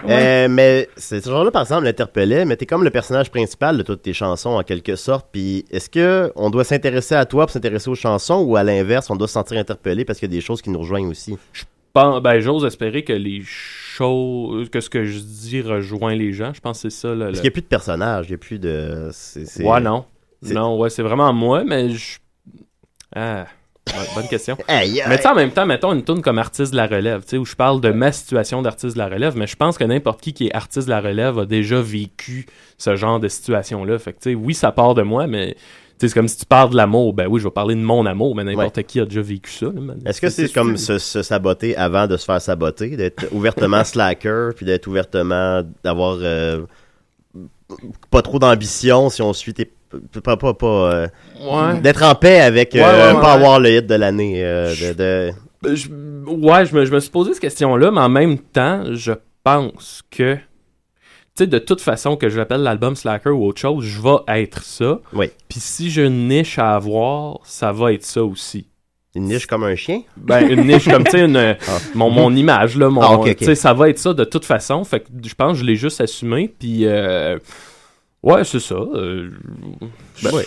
Speaker 5: Euh, mais c'est- ce genre-là, par exemple, l'interpellait, mais t'es comme le personnage principal de toutes tes chansons, en quelque sorte. Puis est-ce que on doit s'intéresser à toi pour s'intéresser aux chansons ou à l'inverse, on doit se sentir interpellé parce qu'il y a des choses qui nous rejoignent aussi?
Speaker 3: Pen- ben, j'ose espérer que les choses, que ce que je dis rejoint les gens. Je pense que c'est ça. Là, le-
Speaker 5: Parce qu'il n'y a plus de personnage, il n'y a plus de. c'est- c'est-
Speaker 3: Ouais, non.
Speaker 5: c'est-
Speaker 3: Non, ouais, c'est vraiment moi, mais je. Ah, ouais, bonne question.
Speaker 5: Aïe, aïe.
Speaker 3: Mais tu sais, en même temps, mettons une tourne comme artiste de la relève, tu sais, où je parle de ma situation d'artiste de la relève, mais je pense que n'importe qui qui est artiste de la relève a déjà vécu ce genre de situation-là. Fait que, tu sais, oui, ça part de moi, mais tu sais, c'est comme si tu parles de l'amour. Ben oui, je vais parler de mon amour, mais n'importe qui a déjà vécu ça. là, man.
Speaker 5: Est-ce que c'est comme se, se saboter avant de se faire saboter, d'être ouvertement slacker, puis d'être ouvertement. d'avoir. euh, pas trop d'ambition si on suit tes. Pas, pas, pas, euh,
Speaker 3: Ouais.
Speaker 5: D'être en paix avec. euh,
Speaker 3: Ouais, ouais, ouais,
Speaker 5: pas
Speaker 3: ouais.
Speaker 5: avoir le hit de l'année. euh, de, de-
Speaker 3: Ben, je- ouais, je me, je me suis posé cette question-là, mais en même temps, je pense que, tu sais, de toute façon, que je l'appelle l'album Slacker ou autre chose, je vais être ça.
Speaker 5: Oui.
Speaker 3: Puis si j'ai une niche à avoir, ça va être ça aussi.
Speaker 5: Une niche comme un chien.
Speaker 3: Ben, une niche comme, tu sais, une, Ah, mon, mon image, là, mon,
Speaker 5: Ah, ok, ok.
Speaker 3: tu sais, ça va être ça de toute façon. Fait que je pense que je l'ai juste assumé, puis... euh, Ouais, c'est ça. euh,
Speaker 5: Ben,
Speaker 3: ouais.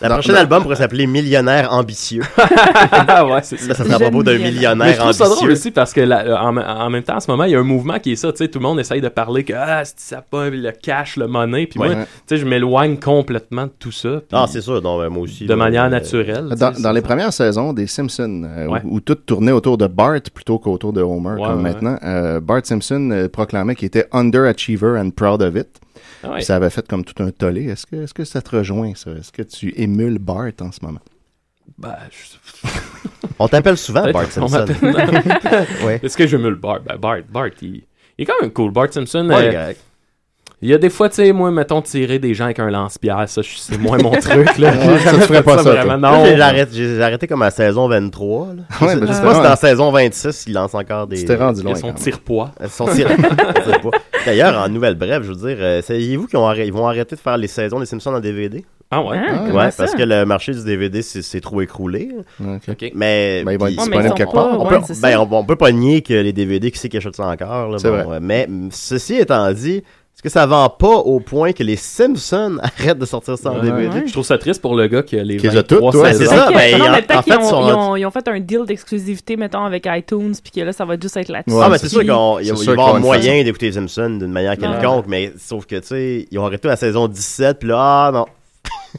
Speaker 5: La
Speaker 6: Non,
Speaker 5: prochaine
Speaker 6: non.
Speaker 5: album pourrait s'appeler Millionnaire ambitieux.
Speaker 3: ouais, c'est ça.
Speaker 5: Ça, ça serait à propos d'un
Speaker 4: Génial.
Speaker 3: Mais je
Speaker 5: millionnaire
Speaker 3: trouve ça drôle
Speaker 5: ambitieux.
Speaker 3: aussi parce que la- euh, en, en même temps, en ce moment, il y a un mouvement qui est ça. Tu sais, tout le monde essaye de parler que ah, c'est ça pas le cash, le monnaie. Puis
Speaker 6: Ouais.
Speaker 3: moi, tu sais, je m'éloigne complètement de tout ça. puis
Speaker 5: Ah, c'est sûr. Non, ben, moi aussi.
Speaker 3: de
Speaker 5: là,
Speaker 3: manière
Speaker 5: euh,
Speaker 3: naturelle. tu
Speaker 6: Dans,
Speaker 3: sais,
Speaker 6: dans
Speaker 3: c'est-
Speaker 6: les premières saisons des Simpsons, euh,
Speaker 3: Ouais.
Speaker 6: où, où tout tournait autour de Bart plutôt qu'autour de Homer,
Speaker 3: Ouais,
Speaker 6: comme
Speaker 3: ouais,
Speaker 6: maintenant, euh, Bart Simpson euh, proclamait qu'il était underachiever and proud of it.
Speaker 3: Ah ouais.
Speaker 6: Puis Ça avait fait comme tout un tollé. Est-ce que, est-ce que ça te rejoint, ça? Est-ce que tu émules Bart en ce moment?
Speaker 3: Ben, je-
Speaker 5: On t'appelle souvent Ah, Bart
Speaker 3: peut-être qu'on
Speaker 5: Simpson.
Speaker 3: m'appelle-
Speaker 5: Ouais.
Speaker 3: Est-ce que je me le Bart? Ben, Bart, Bart, il... il est quand même cool. Bart Simpson,
Speaker 5: Ouais,
Speaker 3: euh,
Speaker 5: correct.
Speaker 3: il y a des fois, tu sais, moi, mettons, tirer des gens avec un lance-pierre, ça, je- c'est moins mon truc, là.
Speaker 6: Ouais, ça, tu ferais
Speaker 3: fait
Speaker 6: pas ça,
Speaker 3: vraiment,
Speaker 5: Là,
Speaker 3: non.
Speaker 5: j'ai, arrêté, j'ai j'ai arrêté comme à saison 23. Là.
Speaker 6: Ouais, ben,
Speaker 5: je sais
Speaker 6: justement,
Speaker 5: pas si dans saison 26, il lance encore des.
Speaker 6: Tu t'es rendu
Speaker 3: Il y
Speaker 6: loin.
Speaker 3: a son
Speaker 6: quand même.
Speaker 3: tire-poids.
Speaker 5: Elles sont si- on sait pas. D'ailleurs, en nouvelle brève, je veux dire, euh, saviez-vous qu'ils ont arrêt- ils vont arrêter de faire les saisons des Simpsons en DVD?
Speaker 3: Ah ouais?
Speaker 4: Hein?
Speaker 6: Ah,
Speaker 4: Comment
Speaker 5: ouais,
Speaker 4: ça?
Speaker 5: parce que le marché du DVD s'est s'est trop écroulé.
Speaker 6: Ok.
Speaker 3: Ok.
Speaker 5: Mais,
Speaker 6: Ben, ils vont
Speaker 4: Ouais,
Speaker 6: être
Speaker 5: puis-
Speaker 4: mais
Speaker 6: disponibles
Speaker 4: ils sont pas-
Speaker 6: quelque part.
Speaker 5: on,
Speaker 4: ouais,
Speaker 5: peut,
Speaker 4: c'est
Speaker 5: ben,
Speaker 4: ça.
Speaker 5: on, on peut pas nier que les DVD, qui c'est qui achète ça encore? là,
Speaker 6: C'est
Speaker 5: bon,
Speaker 6: vrai.
Speaker 5: ouais, mais mm, ceci étant dit, est-ce que ça vend pas au point que les Simpsons arrêtent de sortir ça en
Speaker 3: Ouais.
Speaker 5: DVD?
Speaker 4: Ouais.
Speaker 3: Je trouve ça triste pour le gars qui a les
Speaker 6: Qui les a toutes,
Speaker 3: 23
Speaker 6: toi,
Speaker 5: Ben,
Speaker 3: saisons.
Speaker 5: c'est ça,
Speaker 4: Ok,
Speaker 5: ben,
Speaker 4: non,
Speaker 5: en,
Speaker 4: mais
Speaker 5: en
Speaker 4: peut-être
Speaker 5: fait,
Speaker 4: qu'ils
Speaker 5: ils sont
Speaker 4: ont, ils,
Speaker 5: rendus-
Speaker 4: ont, ils ont fait un deal d'exclusivité, mettons, avec iTunes, puis que là, ça va juste être là-dessus.
Speaker 6: Ouais,
Speaker 5: ah, ben
Speaker 6: c'est
Speaker 5: c'est sûr
Speaker 6: c'est
Speaker 5: qu'il y
Speaker 6: sûr
Speaker 5: a
Speaker 6: qu'on
Speaker 5: avoir
Speaker 6: le
Speaker 5: moyen d'écouter les Simpsons d'une manière
Speaker 4: Ouais.
Speaker 5: quelconque, mais sauf que, tu sais, ils ont arrêté la saison 17, puis là, ah non.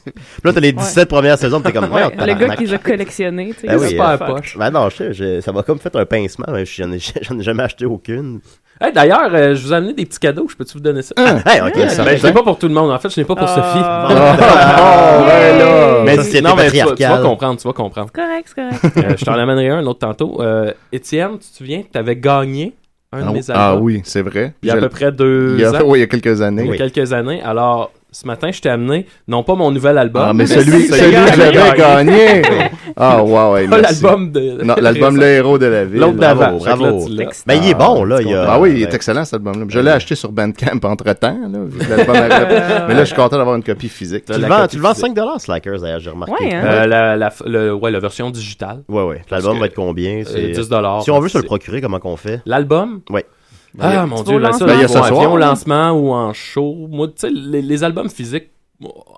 Speaker 5: puis là, t'as les 17 premières saisons, puis t'es comme,
Speaker 4: Ouais,
Speaker 5: ouais,
Speaker 4: le gars qui les a collectionnés, tu sais.
Speaker 5: Ben oui,
Speaker 4: c'est
Speaker 3: Super
Speaker 4: pas fuck.
Speaker 3: poche.
Speaker 5: Ben non, je sais, je- ça m'a comme fait un pincement, mais j'en ai, j'en ai jamais acheté aucune.
Speaker 3: Hey, D'ailleurs, euh, je vous ai amené des petits cadeaux. Je peux-tu vous donner
Speaker 6: Euh,
Speaker 3: ça?
Speaker 5: Ah, Hey, ok,
Speaker 4: Ouais,
Speaker 5: ça
Speaker 3: Ben, je l'ai pas pour tout le monde. En fait, je l'ai pas pour
Speaker 4: Ah.
Speaker 3: Sophie.
Speaker 5: Ah,
Speaker 4: ben là.
Speaker 5: ben Mais
Speaker 3: Ça,
Speaker 5: c'est
Speaker 3: non, mais tu, vas- tu vas
Speaker 5: patriarcal.
Speaker 3: comprendre, tu vas comprendre.
Speaker 4: C'est correct, c'est correct.
Speaker 3: Euh, je t'en amènerai un autre tantôt. Euh, Étienne, tu te souviens, tu avais gagné un
Speaker 6: Ah,
Speaker 3: de mes albums
Speaker 6: Ah oui, c'est vrai.
Speaker 3: il y a à
Speaker 6: Je-
Speaker 3: peu près deux
Speaker 6: il y a-
Speaker 3: ans,
Speaker 6: oui, il y a quelques années.
Speaker 3: il y a
Speaker 5: oui.
Speaker 3: quelques années. Alors, ce matin, je t'ai amené, non pas mon nouvel album,
Speaker 6: Ah, mais celui,
Speaker 3: c'est
Speaker 6: celui
Speaker 3: gars
Speaker 6: que
Speaker 3: qui a
Speaker 6: j'avais gagné. Ah, wow, ouais,
Speaker 3: Pas
Speaker 6: merci.
Speaker 3: l'album de.
Speaker 6: Non, l'album Le Héros de la Ville.
Speaker 3: L'autre d'avant.
Speaker 5: Bravo,
Speaker 3: Fait que là,
Speaker 5: bravo.
Speaker 3: tu l'as.
Speaker 5: Ben, il est bon, là. il y a-
Speaker 6: Ah oui, il est
Speaker 5: ben,
Speaker 6: excellent cet album-là. Je l'ai acheté sur Bandcamp entre-temps. là, vu que l'album arrivait. Mais là, je suis content d'avoir une copie physique.
Speaker 5: Tu
Speaker 3: Ah, la
Speaker 5: le vends,
Speaker 3: copie
Speaker 5: tu le vends
Speaker 3: physique.
Speaker 5: 5 Slackers, d'ailleurs, j'ai remarqué.
Speaker 4: Ouais, hein.
Speaker 3: Euh, la, la, le- ouais, la version digitale.
Speaker 5: Ouais, ouais. L'album va être combien?
Speaker 3: euh,
Speaker 5: C'est...
Speaker 3: 10 dollars.
Speaker 5: Si on veut se le procurer, comment qu'on fait?
Speaker 3: L'album?
Speaker 5: Ouais.
Speaker 3: Ah, mon
Speaker 4: Tu
Speaker 3: Dieu,
Speaker 4: vas au
Speaker 3: là, ça,
Speaker 4: lancement?
Speaker 6: Ben, il y a ce
Speaker 3: ouais,
Speaker 6: soir,
Speaker 3: viens au
Speaker 6: là.
Speaker 3: lancement ou en show. Moi, tu sais, les, les albums physiques,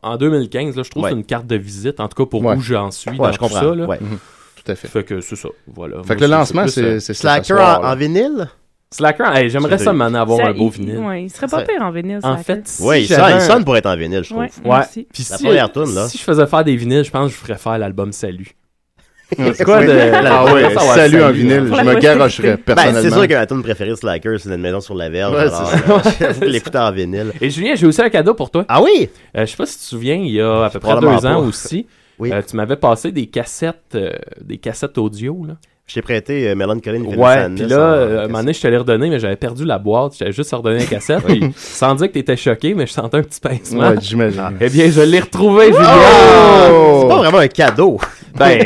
Speaker 3: en 2015, là, je trouve
Speaker 5: Ouais.
Speaker 3: que c'est une carte de visite, en tout cas pour
Speaker 6: Ouais.
Speaker 3: où j'en suis
Speaker 5: Ouais,
Speaker 3: dans
Speaker 5: je
Speaker 3: tout
Speaker 5: comprends.
Speaker 3: ça. Là.
Speaker 5: ouais.
Speaker 6: Tout à fait.
Speaker 3: Fait que c'est ça, voilà.
Speaker 6: Fait que
Speaker 3: Moi,
Speaker 6: le lancement,
Speaker 3: plus,
Speaker 6: c'est
Speaker 3: euh,
Speaker 6: c'est ce
Speaker 5: Slacker
Speaker 6: soir,
Speaker 5: en,
Speaker 6: là.
Speaker 5: en vinyle?
Speaker 3: Slacker, hey, j'aimerais
Speaker 5: C'est-
Speaker 3: ça m'en avoir
Speaker 4: Ça, hein,
Speaker 3: un beau
Speaker 4: il-
Speaker 3: vinyle.
Speaker 4: Ouais, il serait pas
Speaker 5: Ça-
Speaker 4: pire en vinyle, ça.
Speaker 3: En fait, si
Speaker 5: Oui, il
Speaker 3: j'avais
Speaker 5: sonne, il
Speaker 3: un-
Speaker 5: sonne pour être en vinyle, je trouve.
Speaker 4: ouais,
Speaker 3: Ouais.
Speaker 4: moi aussi.
Speaker 3: Puis
Speaker 5: La
Speaker 3: si,
Speaker 5: première toune, là.
Speaker 3: Si je faisais faire des vinyles, je pense que je ferais faire l'album Salut.
Speaker 6: C'est
Speaker 3: quoi de-
Speaker 6: Ah ouais,
Speaker 3: Ça, ouais,
Speaker 6: salut en
Speaker 3: salut.
Speaker 6: vinyle.
Speaker 4: Pour
Speaker 6: Je
Speaker 4: la
Speaker 6: me
Speaker 4: postérité.
Speaker 6: garocherais,
Speaker 5: Ben, c'est
Speaker 6: personnellement.
Speaker 5: sûr que ma tune préférée de Slacker, c'est une maison sur la verge.
Speaker 6: Ouais,
Speaker 5: alors,
Speaker 6: c'est
Speaker 5: euh, vous l'écoutez en vinyle.
Speaker 3: Et Julien, j'ai aussi un cadeau pour toi.
Speaker 5: Ah oui?
Speaker 3: Euh, je sais pas si tu te souviens, il y a à peu près
Speaker 5: Probablement
Speaker 3: deux ans
Speaker 5: pas.
Speaker 3: aussi,
Speaker 5: Oui.
Speaker 3: euh, tu m'avais passé des cassettes, euh, des cassettes audio, là.
Speaker 5: Je t'ai prêté euh, Melon Colin
Speaker 3: Ouais, puis là, euh, à un moment donné, je te l'ai redonné, mais j'avais perdu la boîte. J'avais juste redonné la cassette. puis, sans dire que t'étais choqué, mais je sentais un petit pincement.
Speaker 6: Ouais, j'imagine.
Speaker 3: Eh bien, je l'ai retrouvé, Julien!
Speaker 5: C'est pas
Speaker 6: Oh!
Speaker 5: vraiment un cadeau.
Speaker 3: Ben,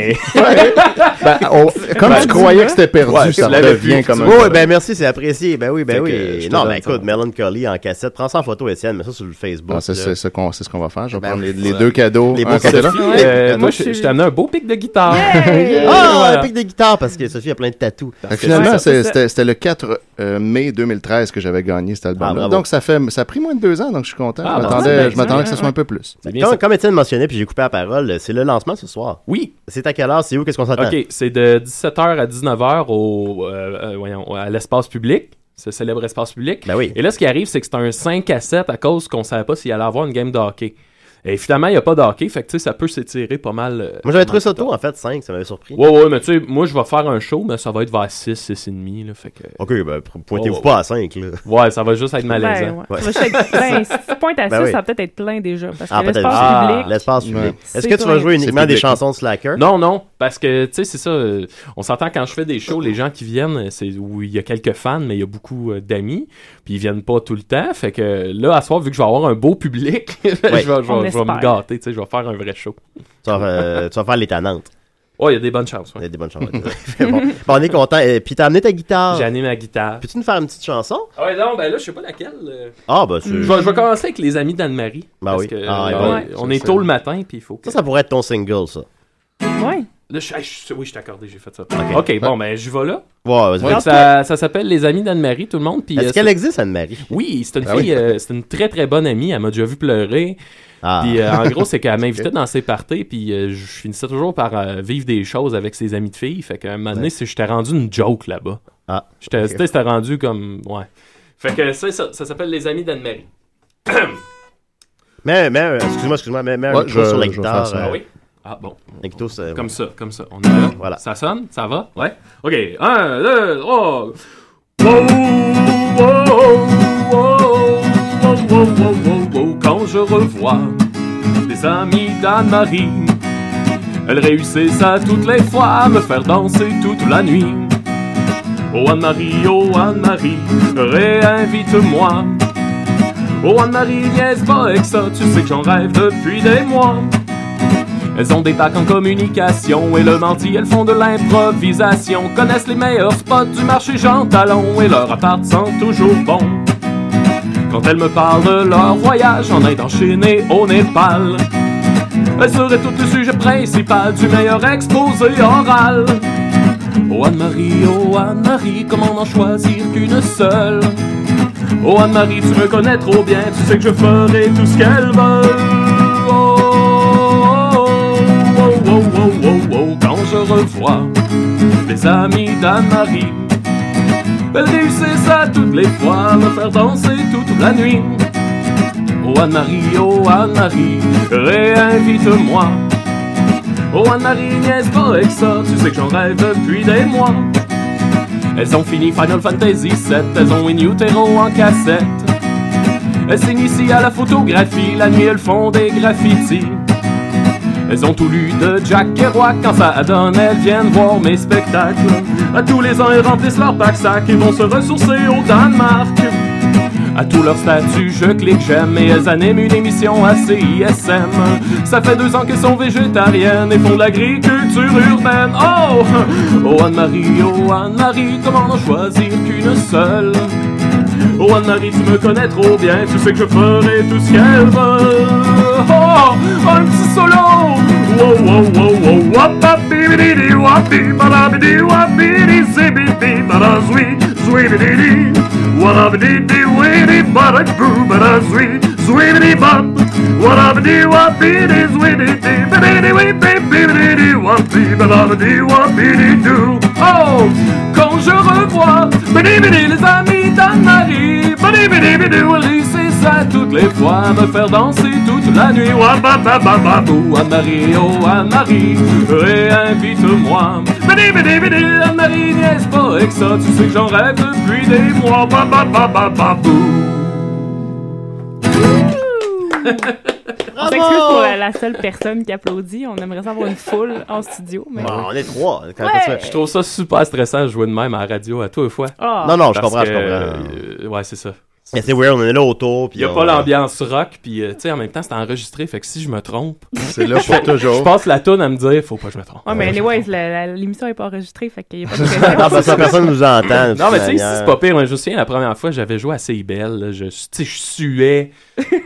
Speaker 6: Ben, oh, Comme tu croyais que c'était perdu,
Speaker 5: Ouais,
Speaker 6: ça
Speaker 5: tu l'avais
Speaker 6: revient comme
Speaker 5: Oui,
Speaker 6: un...
Speaker 5: ben merci, c'est apprécié. Ben oui, ben
Speaker 6: Fait que,
Speaker 5: oui.
Speaker 6: euh, je te
Speaker 5: Non,
Speaker 6: donne
Speaker 5: ben
Speaker 6: ça.
Speaker 5: écoute, Melancholy en cassette. Prends ça en photo, Étienne, mets ça sur le Facebook.
Speaker 6: Ah, c'est
Speaker 5: là.
Speaker 6: c'est ce qu'on c'est ce qu'on va faire. Je vais
Speaker 5: Ben,
Speaker 6: prendre les, les
Speaker 5: voilà.
Speaker 6: deux cadeaux.
Speaker 5: Les
Speaker 6: un
Speaker 5: beaux
Speaker 6: côté là.
Speaker 5: cadeaux.
Speaker 3: euh,
Speaker 4: Ouais,
Speaker 3: moi,
Speaker 4: moi,
Speaker 3: je,
Speaker 4: je-
Speaker 3: je t'ai amené un beau pic de guitare.
Speaker 4: Hey!
Speaker 5: Ah,
Speaker 3: Voilà.
Speaker 5: un pic de guitare parce que Sophie a plein de tatous.
Speaker 6: Fait que
Speaker 4: Ouais,
Speaker 6: Finalement,
Speaker 4: ça,
Speaker 6: c'est-
Speaker 4: c'est ça.
Speaker 6: c'était c'était le 4 euh, mai 2013 que j'avais gagné cet
Speaker 5: Ah,
Speaker 6: album-là.
Speaker 5: bravo.
Speaker 6: donc, ça, fait, ça a pris moins de deux ans, donc je suis content.
Speaker 3: Ah,
Speaker 6: je
Speaker 3: bah,
Speaker 6: m'attendais
Speaker 3: ouais,
Speaker 6: je m'attendais que ce
Speaker 4: ouais,
Speaker 6: soit un peu plus.
Speaker 3: C'est bien
Speaker 5: Comme,
Speaker 3: ça.
Speaker 5: comme Étienne mentionnait, puis j'ai coupé la parole, c'est le lancement ce soir.
Speaker 3: Oui,
Speaker 5: C'est à quelle heure, c'est où, qu'est-ce qu'on s'attend?
Speaker 3: ok, c'est de 17h à 19h au, euh, euh, voyons, à l'espace public, ce célèbre espace public.
Speaker 5: Ben oui.
Speaker 3: Et là, ce qui arrive, c'est que c'est un 5 à 7 à cause qu'on savait pas s'il allait avoir une game de hockey. Et finalement, il n'y a pas de hockey, fait que tu sais, ça peut s'étirer pas mal. euh,
Speaker 5: Moi j'avais trouvé ça tôt en fait, 5, ça m'avait surpris.
Speaker 3: Ouais, ouais, mais tu sais, moi, je vais faire un show, mais ça va être vers 6, 6 et demi, là, fait que...
Speaker 5: Ok, ben pr- pointez-vous
Speaker 3: Oh, oh.
Speaker 5: pas à 5 là.
Speaker 3: Ouais, ça va juste être
Speaker 4: Ben,
Speaker 3: malaisant.
Speaker 4: ouais. Ça va check- ben, si tu pointes à
Speaker 5: hein. Ben
Speaker 4: ça,
Speaker 5: oui.
Speaker 4: ça va peut-être être plein déjà. Parce que
Speaker 5: Ah, peut-être.
Speaker 4: l'espace
Speaker 3: Ah,
Speaker 4: public.
Speaker 5: L'espace public.
Speaker 6: Ouais.
Speaker 5: Est-ce
Speaker 4: C'est
Speaker 5: que tu vas
Speaker 4: correct.
Speaker 5: jouer uniquement
Speaker 6: C'est
Speaker 5: des
Speaker 6: public.
Speaker 5: chansons de Slacker?
Speaker 3: Non, non, parce que, tu sais, c'est ça, euh, on s'entend quand je fais des shows, les gens qui viennent, c'est où il y a quelques fans, mais il y a beaucoup euh, d'amis, puis ils viennent pas tout le temps, fait que là, à soir, vu que je vais avoir un beau public, je vais- je vais
Speaker 4: On
Speaker 3: je vais me
Speaker 4: espère.
Speaker 3: gâter, tu sais, je vais faire un vrai show.
Speaker 5: Tu vas, euh, tu vas faire les tannantes.
Speaker 3: Oh, il y a des bonnes chances.
Speaker 5: Il y a des bonnes chances. ouais. bon. Bon, on est content. Et puis t'as amené ta guitare.
Speaker 3: J'ai animé ma guitare.
Speaker 5: Peux-tu nous faire une petite chanson?
Speaker 3: Ah ouais, non, ben là, je sais pas laquelle. euh.
Speaker 5: Ah, bah,
Speaker 3: Je
Speaker 5: c'est...
Speaker 3: vais, je vais commencer avec les amis d'Anne-Marie.
Speaker 5: Ben
Speaker 3: parce
Speaker 5: oui.
Speaker 3: que,
Speaker 5: Ah, ouais,
Speaker 3: euh,
Speaker 5: ouais.
Speaker 3: on
Speaker 6: Ça,
Speaker 3: est
Speaker 6: ça-
Speaker 3: tôt le matin, puis il faut que...
Speaker 5: Ça, ça pourrait être ton single, ça.
Speaker 4: Ouais.
Speaker 3: Là, je- hey, je- oui, je t'ai accordé, j'ai fait ça. OK, bon, ben, je vais là.
Speaker 5: Ouais, vas-y.
Speaker 3: Fait que Ça, ça s'appelle Les Amis d'Anne-Marie, tout le monde. Puis, euh,
Speaker 5: Est-ce qu'elle existe, Anne-Marie?
Speaker 3: Oui, c'est une
Speaker 6: Ah oui.
Speaker 3: fille, euh, c'est une très très bonne amie. Elle m'a déjà vu pleurer.
Speaker 5: Ah.
Speaker 3: Puis euh, en gros, c'est qu'elle m'invitait dans ses parties, puis euh, je finissais toujours par euh, vivre des choses avec ses amis de filles. Fait qu'à un moment donné, c'est- j'étais rendu une joke là-bas.
Speaker 5: Ah.
Speaker 3: J'étais c'était- c'était rendu comme. Ouais. Fait que c'est ça, ça s'appelle Les Amis d'Anne-Marie.
Speaker 5: Mais, mais, euh, excuse-moi, excuse-moi, mais, mais un
Speaker 6: Ouais,
Speaker 5: micro
Speaker 6: je-
Speaker 5: sur la
Speaker 6: je vais faire
Speaker 5: guitare.
Speaker 6: ça.
Speaker 5: euh,
Speaker 3: Ah oui? Ah bon.
Speaker 5: la guitare, c'est-
Speaker 3: Comme ça, comme ça. On est là.
Speaker 5: Voilà.
Speaker 3: Ça sonne? Ça va? Ouais. OK. Un, deux, trois. Wow, wow, wow, wow, wow, wow, wow, wow. Quand je revois des amis d'Anne-Marie, elle réussissent à toutes les fois à me faire danser toute la nuit. Oh Anne-Marie, oh Anne-Marie, réinvite-moi. Oh Anne-Marie, niaise pas avec ça, tu sais que j'en rêve depuis des mois. Elles ont des bacs en communication et le menti, elles font de l'improvisation. Connaissent les meilleurs spots du marché Jean Talon et leur appart sent toujours bon. Quand elles me parlent de leur voyage en Inde, en Chine et au Népal, elles seraient tout le sujet principal du meilleur exposé oral. Oh Anne-Marie, oh Anne-Marie, comment n'en choisir qu'une seule? Oh Anne-Marie, tu me connais trop bien, tu sais que je ferai tout ce qu'elle veut. Oh, oh, oh, oh, oh, oh, oh, quand je revois mes amis d'Anne-Marie, elles réussissent à toutes les fois à me faire danser toute la nuit. Oh Anne-Marie, oh Anne-Marie, réinvite-moi. Oh Anne-Marie, niaise pas avec ça, tu sais que j'en rêve depuis des mois. Elles ont fini Final Fantasy VII, elles ont In Utero en cassette. Elles s'initient à la photographie, la nuit elles font des graffitis. Elles ont tout lu de Jack Kerouac, quand ça donne, elles viennent voir mes spectacles. À tous les ans, elles remplissent leur pack-sac et vont se ressourcer au Danemark. À tous leurs statuts, je clique j'aime et elles animent une émission à CISM. Ça fait deux ans qu'elles sont végétariennes et font de l'agriculture urbaine. Oh! Oh Anne-Marie, oh Anne-Marie, comment en choisir qu'une seule? Oh Anne-Marie, tu me connais trop bien, tu sais que je ferai tout ce qu'elle veut. Oh! Oh, le petit solo! Wow, wow, wow, wow, wapa, bibidi, wapi, balabidi, wapidi, zibidi, balazui, zuibidi, walabidi, widi, baraku, balazui, zuibidi, bap, walabidi, wapidi, zuibidi, bibidi, wipi, bibidi, wapi, balabidi, wapidi, do. Oh! Quand je revois, bidi, bidi, les amis d'Anne-Marie, bidi, bidi, bidi, Willy, c'est ça toutes les fois, à me faire danser toute la nuit. Wabababababou, Anne-Marie, oh Anne-Marie, réinvite-moi. Bidi, bidi, bidi, Anne-Marie, niaise pas avec ça, tu sais que j'en rêve depuis des mois. Babababababou.
Speaker 4: On s'excuse pour euh, la seule personne qui applaudit. On aimerait ça avoir une foule en studio. Mais...
Speaker 5: Bon, Ah, on est trois. Quand-
Speaker 4: Ouais.
Speaker 5: quand tu-
Speaker 3: trouve ça super stressant de jouer de même à la radio à tous les fois.
Speaker 4: Ah.
Speaker 5: Non, non, je comprends, je comprends. euh,
Speaker 3: ouais, c'est ça.
Speaker 5: Mais c'est weird, on est là autour.
Speaker 3: euh, Il n'y a pas l'ambiance rock, puis euh, tu sais, en même temps, c'est enregistré, fait que si je me trompe,
Speaker 6: C'est là pour
Speaker 3: je
Speaker 6: toujours.
Speaker 3: passe la toune à me dire, faut pas que je me trompe.
Speaker 4: Ouais, mais anyways, la- la- l'émission n'est pas enregistrée, fait qu'il n'y a pas de pression.
Speaker 5: Non, parce que personne nous entend. de
Speaker 3: Non, mais
Speaker 5: toute
Speaker 3: tu sais,
Speaker 5: manière.
Speaker 3: c'est pas pire. hein. Je me souviens, la première fois, j'avais joué à CIBL, là, je, tu sais, je suais,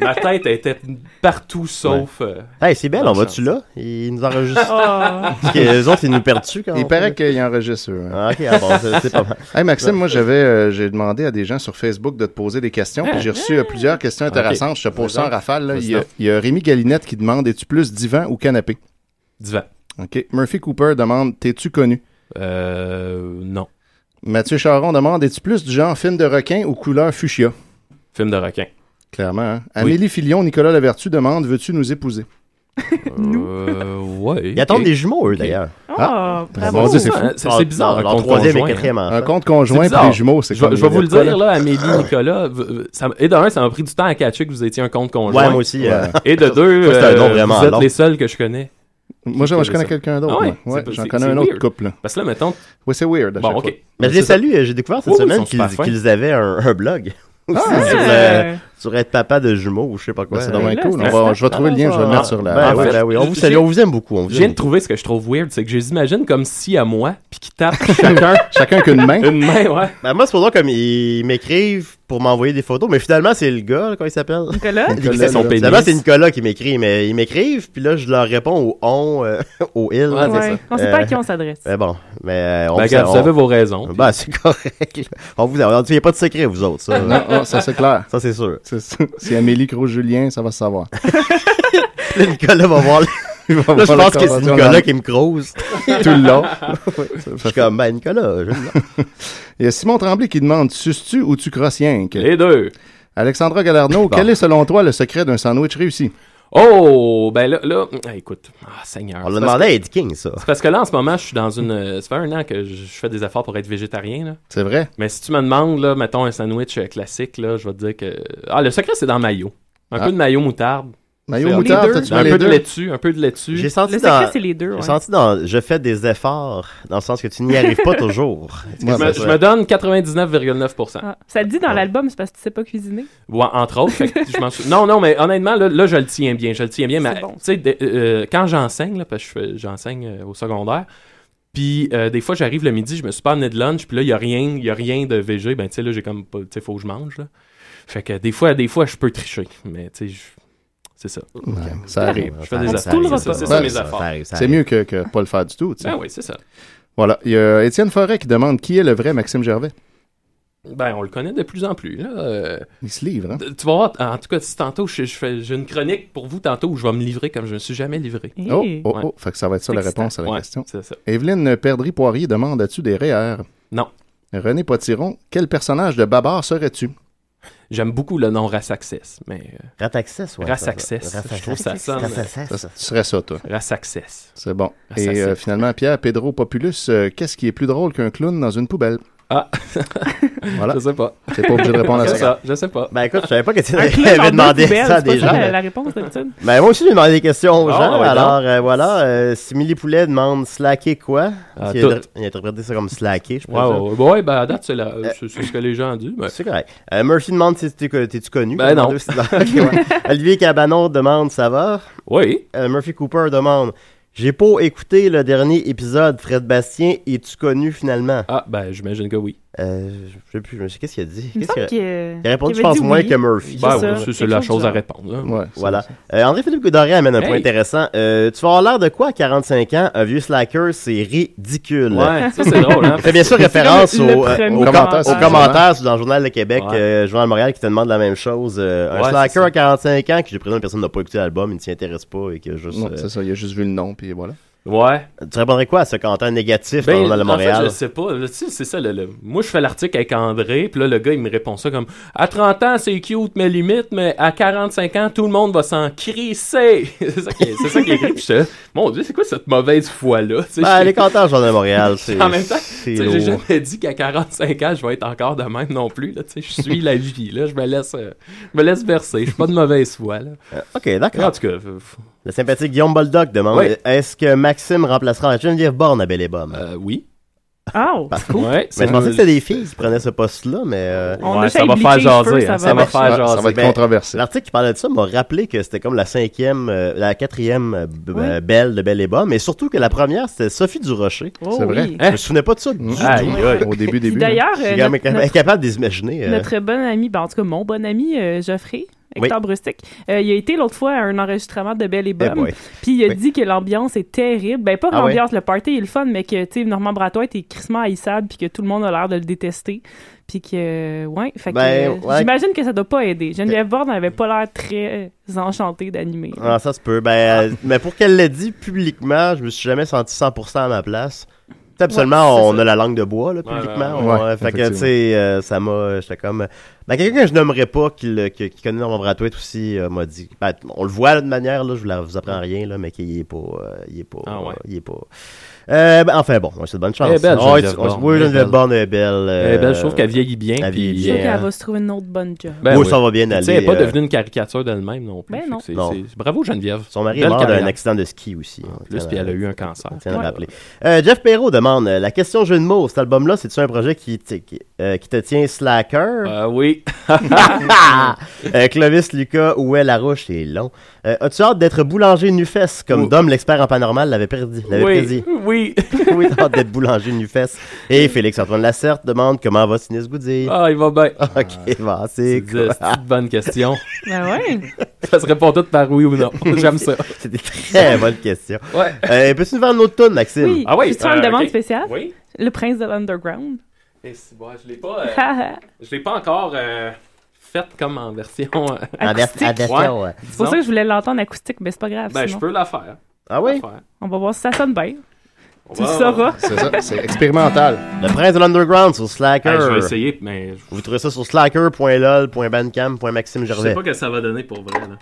Speaker 3: ma tête était partout sauf... euh,
Speaker 5: Hey, c'est belle, on va-tu là? Ils nous enregistrent.
Speaker 4: Ah.
Speaker 5: Parce que les autres, ils nous perdent-tu quand
Speaker 6: Il
Speaker 5: on-
Speaker 6: paraît qu'il enregistre. eux, hein.
Speaker 5: Ah, ok, ah, bon, c'est- c'est pas mal.
Speaker 6: Hey Maxime, moi j'avais euh, j'ai demandé à des gens sur Facebook de te poser des questions, puis j'ai reçu euh, plusieurs questions intéressantes. Je te pose ça en rafale. là. Il, y a, il y a Rémi Galinette qui demande Es-tu plus divan ou canapé
Speaker 3: divan.
Speaker 6: Ok. Murphy Cooper demande T'es-tu connu
Speaker 3: Euh, non.
Speaker 6: Mathieu Charon demande Es-tu plus du genre film de requin ou couleur fuchsia
Speaker 3: Film de requin.
Speaker 6: Clairement. hein. Amélie Filion, Nicolas Lavertu demande Veux-tu nous épouser
Speaker 3: Euh, ouais.
Speaker 5: Ils attendent des jumeaux, eux, d'ailleurs.
Speaker 4: Ah, bravo.
Speaker 6: Mon Dieu, c'est
Speaker 3: C'est
Speaker 6: fou.
Speaker 3: fou. C'est c'est bizarre.
Speaker 5: Leur
Speaker 3: un compte
Speaker 5: troisième et
Speaker 3: conjoint, hein.
Speaker 5: quatrième enfant.
Speaker 6: Un compte conjoint
Speaker 3: C'est
Speaker 6: pour
Speaker 3: bizarre.
Speaker 6: les jumeaux, c'est
Speaker 3: Je vais
Speaker 6: comme
Speaker 3: je vais
Speaker 6: les
Speaker 3: vous le
Speaker 6: écoles.
Speaker 3: dire, là, Amélie, Nicolas, v- v- ça m- et de un, ça m'a pris du temps à catcher que vous étiez un compte conjoint.
Speaker 5: Ouais, moi aussi. euh,
Speaker 3: Et de deux,
Speaker 5: Ça, c'est un nom
Speaker 3: euh,
Speaker 5: vraiment
Speaker 3: vous êtes
Speaker 5: long.
Speaker 3: les seuls que je connais.
Speaker 6: Moi, je, moi, je connais quelqu'un d'autre.
Speaker 3: Ah ouais,
Speaker 6: moi. Ouais,
Speaker 3: c'est-
Speaker 6: J'en
Speaker 3: c'est-
Speaker 6: connais
Speaker 3: c'est
Speaker 6: un autre
Speaker 3: weird.
Speaker 6: couple. là.
Speaker 3: Parce que là, mettons...
Speaker 6: Oui, c'est weird. À
Speaker 3: Bon,
Speaker 6: chaque
Speaker 3: OK.
Speaker 6: fois.
Speaker 5: Mais je les salue. euh, J'ai découvert cette
Speaker 3: Oui, oui, ils
Speaker 5: semaine
Speaker 3: sont
Speaker 5: qu'ils
Speaker 3: super fins.
Speaker 5: qu'ils avaient un, un blog. aussi,
Speaker 4: Ah,
Speaker 5: sur,
Speaker 4: euh,
Speaker 5: le- sur être papa de jumeaux ou je sais pas quoi.
Speaker 6: Ben, c'est
Speaker 5: Ouais.
Speaker 6: dommage
Speaker 4: là,
Speaker 6: cool.
Speaker 4: c'est
Speaker 6: On va-
Speaker 4: ça.
Speaker 6: je vais trouver le lien, je vais le mettre sur la.
Speaker 5: Ben
Speaker 3: En
Speaker 5: ouais,
Speaker 3: fait,
Speaker 5: ben oui, on vous
Speaker 3: j'ai-
Speaker 5: salue, on vous aime beaucoup. on vous
Speaker 3: Je viens
Speaker 5: aime
Speaker 3: de trouver ce que je trouve weird, c'est que je les imagine comme si à moi, puis qu'ils tapent chacun
Speaker 6: Chacun qu'une main.
Speaker 3: une main, ouais.
Speaker 5: beaucoup. Ben moi, c'est pour ça comme ils m'écrivent pour m'envoyer des photos, mais finalement, c'est le gars, là, comment il s'appelle?
Speaker 4: Nicolas?
Speaker 3: Nicolas, son
Speaker 6: là.
Speaker 3: pénis.
Speaker 5: Finalement, c'est Nicolas qui m'écrit, mais ils m'écrivent, puis là, je leur réponds au on, euh, au il.
Speaker 3: Ouais, c'est
Speaker 4: Ouais. On sait pas à qui on s'adresse.
Speaker 5: Mais bon, mais euh, on
Speaker 3: Ben,
Speaker 5: vous
Speaker 3: regarde, vous
Speaker 5: on-
Speaker 3: avez vos raisons.
Speaker 5: Ben, c'est correct. là. On vous aime. Il n'y a pas de secret, vous autres, ça.
Speaker 6: Non, non, ça c'est clair.
Speaker 5: Ça, c'est sûr.
Speaker 6: C'est ça. Si Amélie Gros-Julien, ça va se savoir.
Speaker 5: Là, Nicolas va voir. Là,
Speaker 6: Il va
Speaker 5: je
Speaker 6: voir la
Speaker 5: pense que c'est
Speaker 6: convention
Speaker 5: Nicolas qui me croise.
Speaker 6: dans- tout le long.
Speaker 5: Je suis comme, ben, Nicolas, je me
Speaker 6: Il y a Simon Tremblay qui demande Suces-tu ou tu crosses yank?
Speaker 3: Les deux.
Speaker 6: Alexandra Galarno, quel est selon toi le secret d'un sandwich réussi?
Speaker 3: Oh, ben là, là, ah, écoute, ah, Seigneur.
Speaker 5: On
Speaker 3: C'est
Speaker 5: l'a
Speaker 3: parce
Speaker 5: demandé à Eddie King, ça.
Speaker 3: que- Parce que là, en ce moment, je suis dans une. euh, Ça fait un an que je je fais des efforts pour être végétarien, là.
Speaker 6: C'est vrai?
Speaker 3: Mais si tu me demandes, là, mettons un sandwich euh, classique, là, je vais te dire que. Ah, le secret, c'est dans le maillot. Un
Speaker 6: Ah.
Speaker 3: peu de maillot moutarde,
Speaker 6: Maillot
Speaker 3: C'est-
Speaker 4: Les
Speaker 6: moutarde,
Speaker 4: deux.
Speaker 6: t'as-tu
Speaker 3: un
Speaker 6: mis les
Speaker 3: peu de
Speaker 6: deux?
Speaker 3: laitue, un peu de laitue.
Speaker 5: J'ai senti
Speaker 4: Le
Speaker 5: dans.
Speaker 4: secret, c'est les deux.
Speaker 5: J'ai
Speaker 4: ouais.
Speaker 5: senti dans. Je fais des efforts, dans le sens que tu n'y arrives pas toujours. Est-ce que
Speaker 6: Ouais,
Speaker 5: ça-
Speaker 3: Euh, Je me, je me donne 99,9%.
Speaker 4: Ah. Ça te dit dans l'album, c'est parce que tu sais pas cuisiner.
Speaker 3: Ouais, entre autres. fait que je m'en sou- Non, non, mais honnêtement, là, là, je le tiens bien. Je le tiens bien. Mais
Speaker 4: C'est bon.
Speaker 3: tu sais, de- euh, quand j'enseigne, là, parce que je fais- j'enseigne euh, au secondaire, puis euh, des fois, j'arrive le midi, je me suis pas amené de lunch, puis là, il n'y a, rien- y a rien de végé. Ben, tu sais, là, j'ai comme. pas- Tu sais, faut que je mange, là. Fait que des fois, des fois je peux tricher. Mais tu sais, je- c'est ça.
Speaker 6: Ouais, ça arrive.
Speaker 3: Je fais des
Speaker 4: On
Speaker 3: affaires.
Speaker 4: se coulera
Speaker 3: C'est ça,
Speaker 4: pas.
Speaker 3: c'est ça,
Speaker 6: Ouais,
Speaker 3: mes
Speaker 5: ça
Speaker 3: affaires.
Speaker 5: arrive, ça
Speaker 6: C'est
Speaker 5: arrive.
Speaker 6: mieux que, que pas le faire du tout, tu sais.
Speaker 3: Ah oui, c'est ça.
Speaker 6: Voilà. Il y a Étienne Forêt qui demande qui est le vrai Maxime Gervais.
Speaker 3: Ben, on le connaît de plus en plus, là. euh,
Speaker 6: Il se livre, hein?
Speaker 3: Tu vas voir, en tout cas, si tantôt, je, je fais, j'ai une chronique pour vous tantôt où je vais me livrer comme je ne me suis jamais livré.
Speaker 4: Hey.
Speaker 6: Oh, oh,
Speaker 3: Ouais.
Speaker 6: oh. Fait que ça va être ça la
Speaker 4: Excitant.
Speaker 6: réponse à la
Speaker 3: Ouais,
Speaker 6: question.
Speaker 3: c'est ça.
Speaker 6: Evelyne Perdry-Poirier demande As-tu des REER
Speaker 3: Non.
Speaker 6: René Potiron, quel personnage de Babar serais-tu
Speaker 3: J'aime beaucoup le nom Race Access, mais euh,
Speaker 5: Rataxès, ouais.
Speaker 3: Race
Speaker 5: ça-
Speaker 3: Access,
Speaker 5: Rataxès.
Speaker 3: je trouve ça sonne.
Speaker 6: Ça,
Speaker 5: Rataxès.
Speaker 6: Tu serais ça, toi.
Speaker 3: Race Access.
Speaker 6: C'est bon.
Speaker 3: Ah, ça,
Speaker 6: Et
Speaker 3: c'est-
Speaker 6: euh, finalement, Pierre Pedro Populus, euh, qu'est-ce qui est plus drôle qu'un clown dans une poubelle
Speaker 3: Ah.
Speaker 6: Voilà.
Speaker 3: Je sais pas.
Speaker 6: T'es pas obligé de répondre à
Speaker 3: C'est
Speaker 6: ça.
Speaker 3: ça, je sais pas.
Speaker 5: Ben écoute, je savais pas que tu
Speaker 4: Un clown dans
Speaker 5: avais
Speaker 4: deux
Speaker 5: demandé
Speaker 4: poubelles,
Speaker 5: ça à
Speaker 4: c'est pas
Speaker 5: des gens.
Speaker 4: la- la réponse d'habitude.
Speaker 5: Ben moi aussi j'ai demandé des questions aux
Speaker 3: Ah,
Speaker 5: gens.
Speaker 3: ouais,
Speaker 5: alors euh, voilà, euh, si Millie Poulet demande slacker quoi,
Speaker 3: Ah,
Speaker 5: il,
Speaker 3: tout.
Speaker 5: a, il a interprété ça comme slacker, je
Speaker 3: Ouais,
Speaker 5: pense.
Speaker 3: ouais, ouais. Bon, ouais, ben à date, c'est, la- euh, c'est- c'est ce que les gens ont dit. mais-
Speaker 5: C'est correct. Euh, Murphy demande si t'es, que- t'es-tu connu.
Speaker 3: Ben non.
Speaker 5: Ok, ouais. Olivier Cabanon demande ça va.
Speaker 3: Oui.
Speaker 5: Euh, Murphy Cooper demande j'ai pas écouté le dernier épisode. Fred Bastien, es-tu connu finalement
Speaker 3: Ah, ben j'imagine que oui.
Speaker 5: euh, Je sais plus, je me sais qu'est-ce qu'il a dit.
Speaker 4: Il me
Speaker 5: Qu'est-ce
Speaker 4: semble
Speaker 5: qu'il
Speaker 4: qu'il,
Speaker 5: a...
Speaker 4: euh,
Speaker 5: il a répondu,
Speaker 4: qu'il
Speaker 5: je
Speaker 4: avait
Speaker 5: pense,
Speaker 4: dit
Speaker 5: moins
Speaker 4: oui.
Speaker 5: que Murphy.
Speaker 3: Ben,
Speaker 4: ça,
Speaker 3: oui, c'est, c'est
Speaker 4: quelque
Speaker 3: la
Speaker 4: chose
Speaker 3: chose
Speaker 4: du
Speaker 3: à
Speaker 4: genre.
Speaker 3: répondre. hein. là.
Speaker 6: Ouais, c'est-
Speaker 5: Voilà. Euh, André-Philippe Godoré amène un point
Speaker 3: Hey.
Speaker 5: intéressant. Euh, tu vas avoir l'air de quoi à 45 ans? Un vieux slacker, c'est ridicule.
Speaker 3: Ouais, ça c'est drôle, hein?
Speaker 5: Il fait bien sûr référence
Speaker 4: comme le
Speaker 5: au, euh,
Speaker 4: premier
Speaker 5: au
Speaker 6: commentaire,
Speaker 5: commentaire,
Speaker 6: c'est
Speaker 5: au
Speaker 6: ça.
Speaker 5: commentaire sur- dans le Journal de Québec,
Speaker 3: Ouais.
Speaker 5: euh, Journal de Montréal, qui te demande la même chose. Euh, un
Speaker 3: Ouais, c'est
Speaker 5: slacker
Speaker 3: ça.
Speaker 5: à 45 ans, que j'ai présenté, personne n'a pas écouté l'album, il ne s'y intéresse pas et qui a juste.
Speaker 6: Non,
Speaker 5: euh,
Speaker 6: c'est ça, il a juste vu le nom, puis voilà.
Speaker 3: Ouais.
Speaker 5: tu répondrais quoi à ce commentaire négatif dans le
Speaker 3: Ben,
Speaker 5: Journal de
Speaker 3: en fait,
Speaker 5: Montréal?
Speaker 3: je sais pas. Tu sais, c'est ça. Le, le- Moi, je fais l'article avec André, puis là, le gars, il me répond ça comme « À 30 ans, c'est cute, mais limite, mais à 45 ans, tout le monde va s'en crisser! » C'est ça qui est c'est ça qui est écrit. Puis j'étais là, Mon Dieu, c'est quoi cette mauvaise foi-là? Tu sais,
Speaker 5: Ben,
Speaker 3: je-
Speaker 5: les commentaires du Journal de Montréal, c'est.
Speaker 3: En même temps,
Speaker 5: c'est
Speaker 3: tu sais, j'ai
Speaker 5: lourd.
Speaker 3: jamais dit qu'à 45 ans, je vais être encore de même non plus. Là, Tu sais, je suis la vie. Là, je me laisse, euh, je me laisse verser. Je suis pas de mauvaise foi. Là.
Speaker 5: Ok,
Speaker 3: En
Speaker 5: d'accord.
Speaker 3: tout cas, euh,
Speaker 5: Le sympathique Guillaume Boldoc demande
Speaker 3: Oui.
Speaker 5: Est-ce que Maxime remplacera Geneviève Borne à Belle et Bomme?
Speaker 3: euh, oui.
Speaker 4: Ah, oh.
Speaker 3: Ouais, c'est-
Speaker 5: Mais Ben, je pensais que c'était des filles qui prenaient ce poste-là, mais. euh,
Speaker 4: On
Speaker 3: Ouais,
Speaker 4: essaie
Speaker 3: ça
Speaker 4: de
Speaker 3: va
Speaker 4: bliquer
Speaker 3: faire
Speaker 4: les cheveux,
Speaker 3: jaser.
Speaker 4: ça
Speaker 3: hein,
Speaker 4: va.
Speaker 3: Ça va faire
Speaker 6: Ouais, Ah, ça va
Speaker 3: jaser.
Speaker 6: être
Speaker 5: Ben,
Speaker 6: controversé.
Speaker 5: L'article qui parlait de ça m'a rappelé que c'était comme la cinquième, euh, la quatrième euh, b-
Speaker 4: Oui.
Speaker 5: euh, belle de Belle et Bas, mais surtout que la première, c'était Sophie Durocher.
Speaker 4: Oh,
Speaker 6: C'est vrai.
Speaker 4: oui.
Speaker 5: Je me souvenais pas de ça du
Speaker 6: Mmh.
Speaker 5: tout.
Speaker 3: Aïe, aïe.
Speaker 6: Au début,
Speaker 4: Puis
Speaker 6: début. là.
Speaker 4: D'ailleurs,
Speaker 5: Je suis
Speaker 4: euh,
Speaker 5: quand même
Speaker 4: notre-
Speaker 5: incapa- incapable d'imaginer. euh,
Speaker 4: Notre bon ami, ben, en tout cas mon bon ami euh, Geoffrey, Hector Brustic, euh, il a été l'autre fois à un enregistrement de Belle et
Speaker 5: eh
Speaker 4: Bomme,
Speaker 5: boy.
Speaker 4: puis il a
Speaker 5: Oui.
Speaker 4: dit que l'ambiance est terrible. Ben pas
Speaker 5: Ah
Speaker 4: l'ambiance, le party est le fun, mais que tu sais Normand Bratois était crissement haïssable, puis que tout le monde a l'air de le détester, puis que ouais, fait que
Speaker 5: Ben,
Speaker 4: euh,
Speaker 5: ouais.
Speaker 4: j'imagine que ça doit pas aider. Geneviève Borne n'avait pas l'air très enchantée d'animer.
Speaker 5: Ah, ça se peut. Ben, euh, mais pour qu'elle l'ait dit publiquement, je me suis jamais senti 100% à ma place. Tu sais, Absolument,
Speaker 4: Ouais, c'est
Speaker 5: on
Speaker 4: ça.
Speaker 5: a la langue de bois, là,
Speaker 3: Ouais, ouais,
Speaker 5: publiquement.
Speaker 6: ouais.
Speaker 5: On-
Speaker 6: Ouais,
Speaker 5: fait que, tu
Speaker 6: effectivement.
Speaker 5: sais, euh, ça m'a. J'étais comme. euh, Ben, quelqu'un que je nommerais pas, qui, le- qui, qui connaît Normand Bratouette aussi, euh, m'a dit. Ben, on le voit, là, de manière, là, je vous, la- vous apprends rien, là, mais qu'il est pas. euh, il est pas.
Speaker 3: Ah, ouais.
Speaker 5: euh, il est pas. Euh, ben, enfin, bon, c'est de bonne chance.
Speaker 3: Elle est belle,
Speaker 5: Oh,
Speaker 3: Geneviève
Speaker 5: tu- oh,
Speaker 3: Borne.
Speaker 5: oui,
Speaker 3: Elle est
Speaker 5: Geneviève
Speaker 3: belle.
Speaker 5: Borne est belle.
Speaker 3: Eh
Speaker 5: euh,
Speaker 3: ben, je trouve qu'elle vieillit bien.
Speaker 5: elle
Speaker 3: puis,
Speaker 5: vieillit
Speaker 4: Je suis
Speaker 5: bien.
Speaker 4: sûre
Speaker 3: euh,
Speaker 4: qu'elle va se trouver une autre bonne job.
Speaker 3: ben
Speaker 5: oui,
Speaker 3: oui.
Speaker 5: ça va bien
Speaker 3: Tu
Speaker 5: aller.
Speaker 3: sais, elle n'est pas
Speaker 5: euh,
Speaker 3: devenue une caricature d'elle-même non plus.
Speaker 4: Ben
Speaker 3: Fait
Speaker 4: non.
Speaker 3: que c'est-
Speaker 5: Non.
Speaker 3: c'est- Bravo Geneviève.
Speaker 5: Son mari est
Speaker 3: Belle
Speaker 5: mort d'un
Speaker 3: carrière.
Speaker 5: accident de ski aussi. hein,
Speaker 3: En plus, puis elle a eu un cancer.
Speaker 5: On tient à
Speaker 4: Ouais.
Speaker 5: le rappeler. Euh, Jeff Perrault demande euh, La question jeu de mots, cet album-là, c'est-tu un projet qui, t- qui- euh, qui te tient slacker.
Speaker 3: Ah oui.
Speaker 5: Euh, Clovis Lucas, où est la roche? C'est long. Euh, As-tu hâte d'être boulanger nufesse, comme
Speaker 3: Oui.
Speaker 5: Dom, l'expert en panormal, l'avait prédit? l'avait
Speaker 3: oui.
Speaker 5: prédit.
Speaker 3: Oui.
Speaker 5: oui, t'as hâte d'être boulanger nufesse. Et Félix-Antoine Lacerte demande comment va Sinise Goody.
Speaker 3: Ah, il va bien.
Speaker 5: ok, bah,
Speaker 3: C'est
Speaker 5: c'est
Speaker 3: une
Speaker 5: quoi?
Speaker 3: petite bonne question.
Speaker 4: Ben ouais.
Speaker 3: Ça se répond tout par oui ou non. Oh, J'aime ça.
Speaker 5: C'est des très bonnes questions.
Speaker 3: Ouais.
Speaker 5: Euh, Peux-tu nous vendre notre tune, Maxime?
Speaker 4: Oui.
Speaker 3: Ah oui,
Speaker 4: Puis tu as une
Speaker 3: euh,
Speaker 4: demande
Speaker 3: ok.
Speaker 4: spéciale?
Speaker 3: Oui.
Speaker 4: Le prince de l'underground.
Speaker 3: Et si, bon, je l'ai pas, euh,
Speaker 4: C'est
Speaker 3: je l'ai pas encore euh, faite comme en version. euh,
Speaker 4: Ah,
Speaker 5: En vers- en
Speaker 4: Acoustique.
Speaker 5: version, ouais.
Speaker 3: disons.
Speaker 4: pour ça que je voulais l'entendre acoustique, mais c'est pas grave.
Speaker 3: ben, je
Speaker 4: sinon.
Speaker 3: peux la faire.
Speaker 5: Ah oui?
Speaker 3: La faire.
Speaker 4: On va voir si ça sonne bien.
Speaker 3: On
Speaker 4: Tu le
Speaker 3: va-
Speaker 4: sauras.
Speaker 6: C'est ça, c'est expérimental.
Speaker 5: Le prince de l'underground sur Slacker.
Speaker 3: Hey, Ben, je vais essayer, mais je
Speaker 5: Vous trouvez ça sur slacker.lol.bandcamp.maxime
Speaker 3: je sais
Speaker 5: Gervais.
Speaker 3: pas ce que ça va donner pour vrai. là.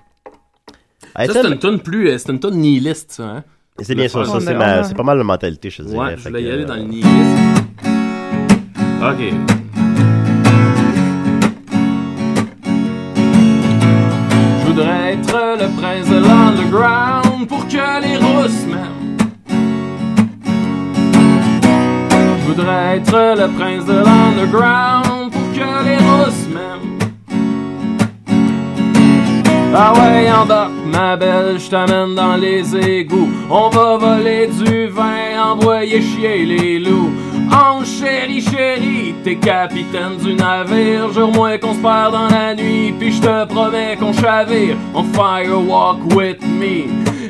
Speaker 5: Hey,
Speaker 3: Ça,
Speaker 5: t'aimes-
Speaker 3: c'est une tonne plus. euh, C'est une tonne nihiliste, ça. Hein?
Speaker 5: C'est bien sûr,
Speaker 3: On
Speaker 5: ça,
Speaker 3: a-
Speaker 5: c'est
Speaker 4: on
Speaker 5: ma-
Speaker 4: a-
Speaker 5: c'est pas mal la mentalité, je te dirais.
Speaker 3: Ouais, je
Speaker 5: Fait
Speaker 3: voulais y
Speaker 5: que,
Speaker 3: aller
Speaker 5: euh,
Speaker 3: dans le nihilisme. Ok. Je voudrais être le prince de l'underground pour que les Russes m'aiment. Je voudrais être le prince de l'underground pour que les Russes m'aiment. Ah ouais, embarque ma belle, je t'amène dans les égouts. On va voler du vin, envoyer chier les loups. Oh chérie, chérie, t'es capitaine du navire. Jure-moi qu'on se perd dans la nuit, puis je te promets qu'on chavire. On firewalk with me,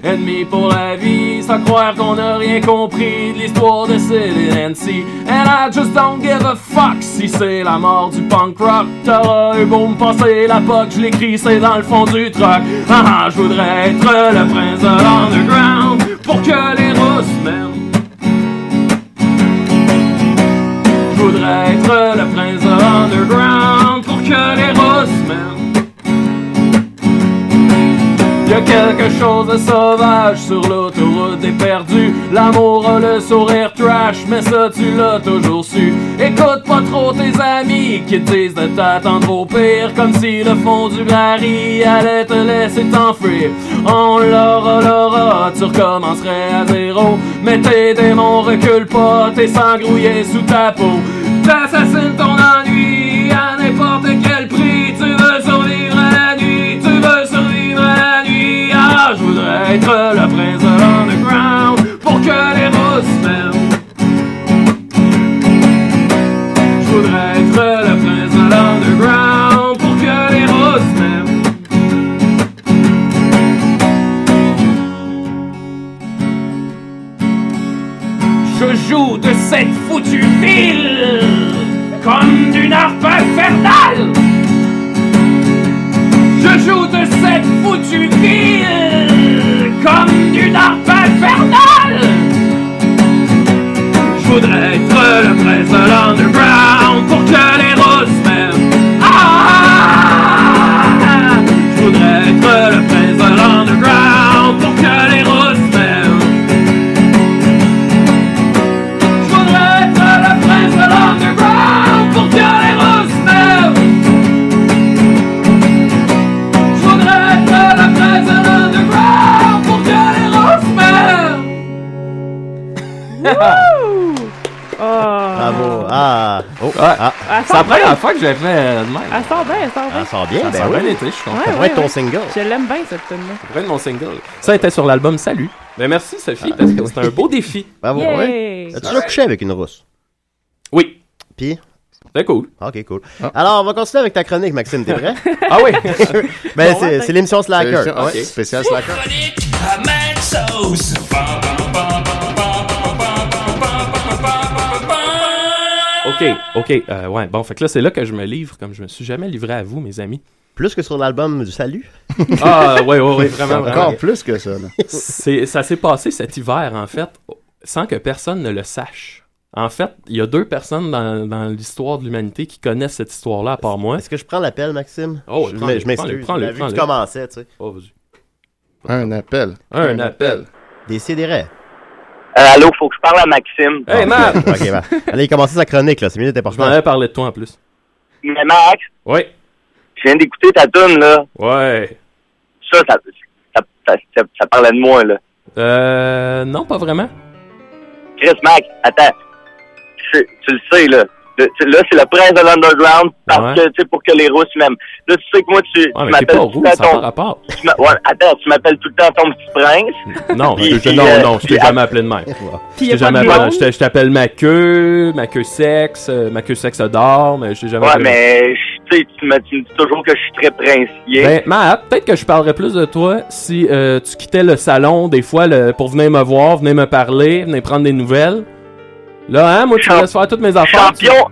Speaker 3: ennemi pour la vie, sans croire qu'on a rien compris de l'histoire de Sid et Nancy. And I just don't give a fuck si c'est la mort du punk rock. T'auras eu beau me passer la poque, je l'écris, c'est dans le fond du truck. Ah ah, je voudrais être le prince de l'underground pour que les Russes m'aiment. Je voudrais être le prince de l'underground pour que les Russes m'aiment. Y a quelque chose de sauvage sur l'autoroute des perdus. L'amour a le sourire trash, mais ça tu l'as toujours su. Écoute pas trop tes amis qui te disent de t'attendre au pire, comme si le fond du baril allait te laisser t'enfuir. On l'aura, l'aura, tu recommencerais à zéro. Mais tes démons reculent pas, t'es sans grouiller sous ta peau. T'assassines ton ennui à n'importe quel prix, tu veux survivre à la nuit, tu veux survivre à la nuit. Ah, je voudrais être le prince de l'underground pour que les Russes m'aiment. Je voudrais être le prince de l'underground pour que les Russes m'aiment. Je joue de cette foutue ville comme d'une harpe infernale. Je joue de cette foutue ville comme d'une harpe infernale. Je voudrais être le prince de l'underground pour que les roses m'aiment. Ah, je voudrais être le prince de l'underground pour que les roses m'aiment. Je voudrais être le prince de l'underground pour que les Russes m'aiment. Je voudrais être le prince de l'underground pour que les Russes m'aiment.
Speaker 5: Bravo. Ah. Oh. Ah.
Speaker 4: Elle
Speaker 3: C'est la
Speaker 4: sort bien.
Speaker 3: première fois que j'ai fait euh, de même.
Speaker 4: Elle sort Ah, bien, elle sort bien.
Speaker 5: Ça sort bien,
Speaker 3: Ça
Speaker 5: ben
Speaker 3: a bien
Speaker 5: oui.
Speaker 3: été, je suis content.
Speaker 4: Ouais,
Speaker 5: Ça pourrait
Speaker 4: ouais,
Speaker 5: être ton
Speaker 4: ouais.
Speaker 5: single.
Speaker 4: Je l'aime bien, cette tune-là.
Speaker 3: Ça pourrait être mon single. Ça était sur l'album Salut. Ben merci Sophie, parce que c'était un beau défi.
Speaker 5: Bravo. ouais.
Speaker 4: Yay!
Speaker 5: As-tu déjà couché avec une rousse?
Speaker 3: Oui.
Speaker 5: Puis?
Speaker 3: C'était cool.
Speaker 5: Ok, cool. Alors, on va continuer avec ta chronique, Maxime, t'es prêt?
Speaker 3: Ah oui.
Speaker 5: ben, c'est- c'est l'émission
Speaker 6: C'est-
Speaker 5: Slacker.
Speaker 6: Ah, ouais, Spécial slacker.
Speaker 3: OK, OK. euh, ouais, bon, fait que là, c'est là que je me livre, comme je me suis jamais livré à vous, mes amis.
Speaker 5: Plus que sur l'album du Salut.
Speaker 3: Ah, ouais, ouais, ouais,
Speaker 6: C'est
Speaker 3: vraiment,
Speaker 6: Encore
Speaker 3: vraiment.
Speaker 6: plus que ça. là.
Speaker 3: C'est- ça s'est passé cet hiver, en fait, sans que personne ne le sache. En fait, il y a deux personnes dans, dans l'histoire de l'humanité qui connaissent cette histoire-là, à part moi.
Speaker 5: Est-ce que je prends l'appel, Maxime?
Speaker 3: Oh,
Speaker 5: je
Speaker 3: prends-le,
Speaker 5: m'e- je
Speaker 3: prends-le,
Speaker 5: m'excuse.
Speaker 3: prends-le,
Speaker 5: La vu que tu
Speaker 3: prends-le.
Speaker 5: commençais, tu sais.
Speaker 3: Oh, vas-y.
Speaker 6: Un appel.
Speaker 3: un appel.
Speaker 5: Des sidérés.
Speaker 2: Euh, allô, faut que je parle à Maxime.
Speaker 3: Hey, Matt!
Speaker 5: Ok, bah. Allez, il commençait sa chronique, là. C'est minute
Speaker 3: Je m'en
Speaker 5: importante.
Speaker 3: avais parlé de toi, en plus.
Speaker 2: Mais Max,
Speaker 3: Ouais.
Speaker 2: je viens d'écouter ta tune là.
Speaker 3: Ouais.
Speaker 2: Ça, ça, ça, ça, ça- ça parlait de moi, là.
Speaker 3: Euh, non, pas vraiment.
Speaker 2: Chris, Max, attends. Tu, tu le sais, là. Tu- tu- Là, c'est le prince de l'underground parce
Speaker 3: Ouais.
Speaker 2: que, tu sais, pour que les Russes m'aiment. Là, tu sais que moi, tu,
Speaker 3: Ouais,
Speaker 2: tu
Speaker 3: mais t'es
Speaker 2: m'appelles
Speaker 3: pas
Speaker 2: tout
Speaker 3: roux,
Speaker 2: le
Speaker 3: ça n'a pas
Speaker 2: temps
Speaker 3: rapport.
Speaker 2: ton... tu m'a- ouais, attends, tu m'appelles tout le temps ton petit prince.
Speaker 3: Non,
Speaker 2: Puis-
Speaker 3: je te-
Speaker 2: puis,
Speaker 3: non,
Speaker 2: euh,
Speaker 3: non, je t'ai
Speaker 2: puis,
Speaker 3: jamais appelé de même.
Speaker 4: Puis
Speaker 3: Je
Speaker 4: il y a
Speaker 3: t'ai
Speaker 4: pas
Speaker 3: jamais
Speaker 4: de
Speaker 3: appelé-
Speaker 4: blonde.
Speaker 3: je t'ai- je t'appelle ma queue, ma queue sexe, euh, ma queue sexe d'or, mais je t'ai jamais
Speaker 2: Ouais,
Speaker 3: appelé de même.
Speaker 2: mais, je- tu sais, tu me tu me dis toujours que je suis très princier.
Speaker 3: Ben, Matt, peut-être que je parlerais plus de toi si euh, tu quittais le salon des fois le- pour venir me voir, venir me parler, venir prendre des nouvelles. Là, hein, moi, tu
Speaker 2: Champ-
Speaker 3: me laisses faire toutes mes affaires. tu-
Speaker 2: champion,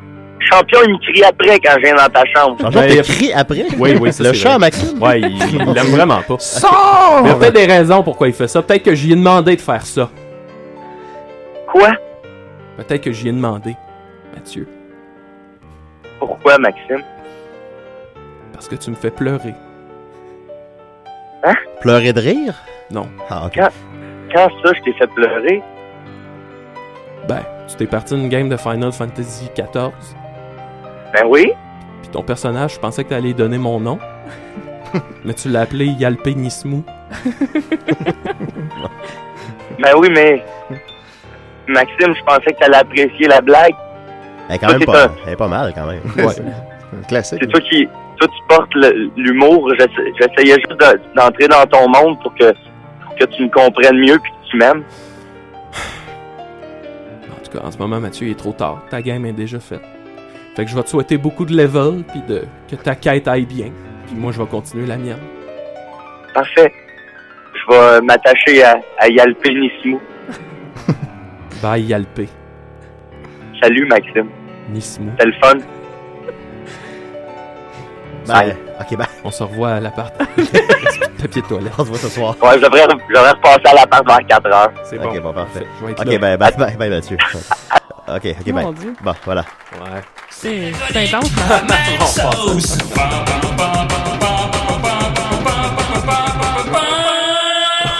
Speaker 2: champion, il me crie après quand je viens dans ta chambre.
Speaker 5: Genre,
Speaker 3: Ben,
Speaker 5: t'as crié après?
Speaker 3: Oui, oui, ça,
Speaker 5: Le
Speaker 3: c'est
Speaker 5: chat
Speaker 3: vrai.
Speaker 5: à Maxime?
Speaker 3: Ouais, il il l'aime vraiment pas.
Speaker 5: Sors!
Speaker 3: Il y a peut-être des raisons pourquoi il fait ça. Peut-être que j'y ai demandé de faire ça.
Speaker 2: Quoi?
Speaker 3: Peut-être que j'y ai demandé, Mathieu,
Speaker 2: Pourquoi, Maxime?
Speaker 3: parce que tu me fais pleurer.
Speaker 5: Pleurer de rire?
Speaker 3: Non.
Speaker 5: Ah, ok.
Speaker 2: Quand ça, je t'ai fait pleurer?
Speaker 3: Ben, tu t'es parti d'une game de Final Fantasy XIV,
Speaker 2: Ben oui.
Speaker 3: puis ton personnage, je pensais que t'allais lui donner mon nom, mais tu l'as appelé Yalpe Nismou.
Speaker 2: Ben oui, mais. Maxime, je pensais que t'allais apprécier la blague.
Speaker 5: Elle est quand
Speaker 2: Ça,
Speaker 5: même
Speaker 2: c'est
Speaker 5: pas,
Speaker 2: un-
Speaker 5: elle est pas mal, quand même.
Speaker 3: Ouais.
Speaker 6: Un Classique.
Speaker 2: C'est toi qui. Toi, tu portes le- l'humour. J'essa- J'essayais juste de- d'entrer dans ton monde pour que, pour que tu me comprennes mieux puis que tu m'aimes.
Speaker 3: En tout cas, en ce moment, Mathieu, il est trop tard. Ta game est déjà faite. Fait que je vais te souhaiter beaucoup de level, puis de que ta quête aille bien. Puis moi, je vais continuer la mienne.
Speaker 2: Parfait. Je vais m'attacher à, à Yalpinismo.
Speaker 3: Bye, Yalpe
Speaker 2: Salut, Maxime.
Speaker 3: Nismou.
Speaker 2: C'était le fun.
Speaker 5: Ben, ok, ben,
Speaker 3: On se revoit à l'appart. Papier de toilette.
Speaker 5: on se voit ce soir.
Speaker 2: Ouais, je devrais, je devrais repasser à l'appart vers 4 heures.
Speaker 3: C'est
Speaker 5: Ok,
Speaker 3: bon.
Speaker 5: bon, parfait.
Speaker 3: Je vais être
Speaker 5: Ok,
Speaker 3: là.
Speaker 5: ben, bye, bye, bye, Mathieu. Ok, ok,
Speaker 4: Mon
Speaker 5: bye.
Speaker 4: Dieu.
Speaker 5: Bon, voilà.
Speaker 3: Ouais.
Speaker 4: C'est c'est intense, hein?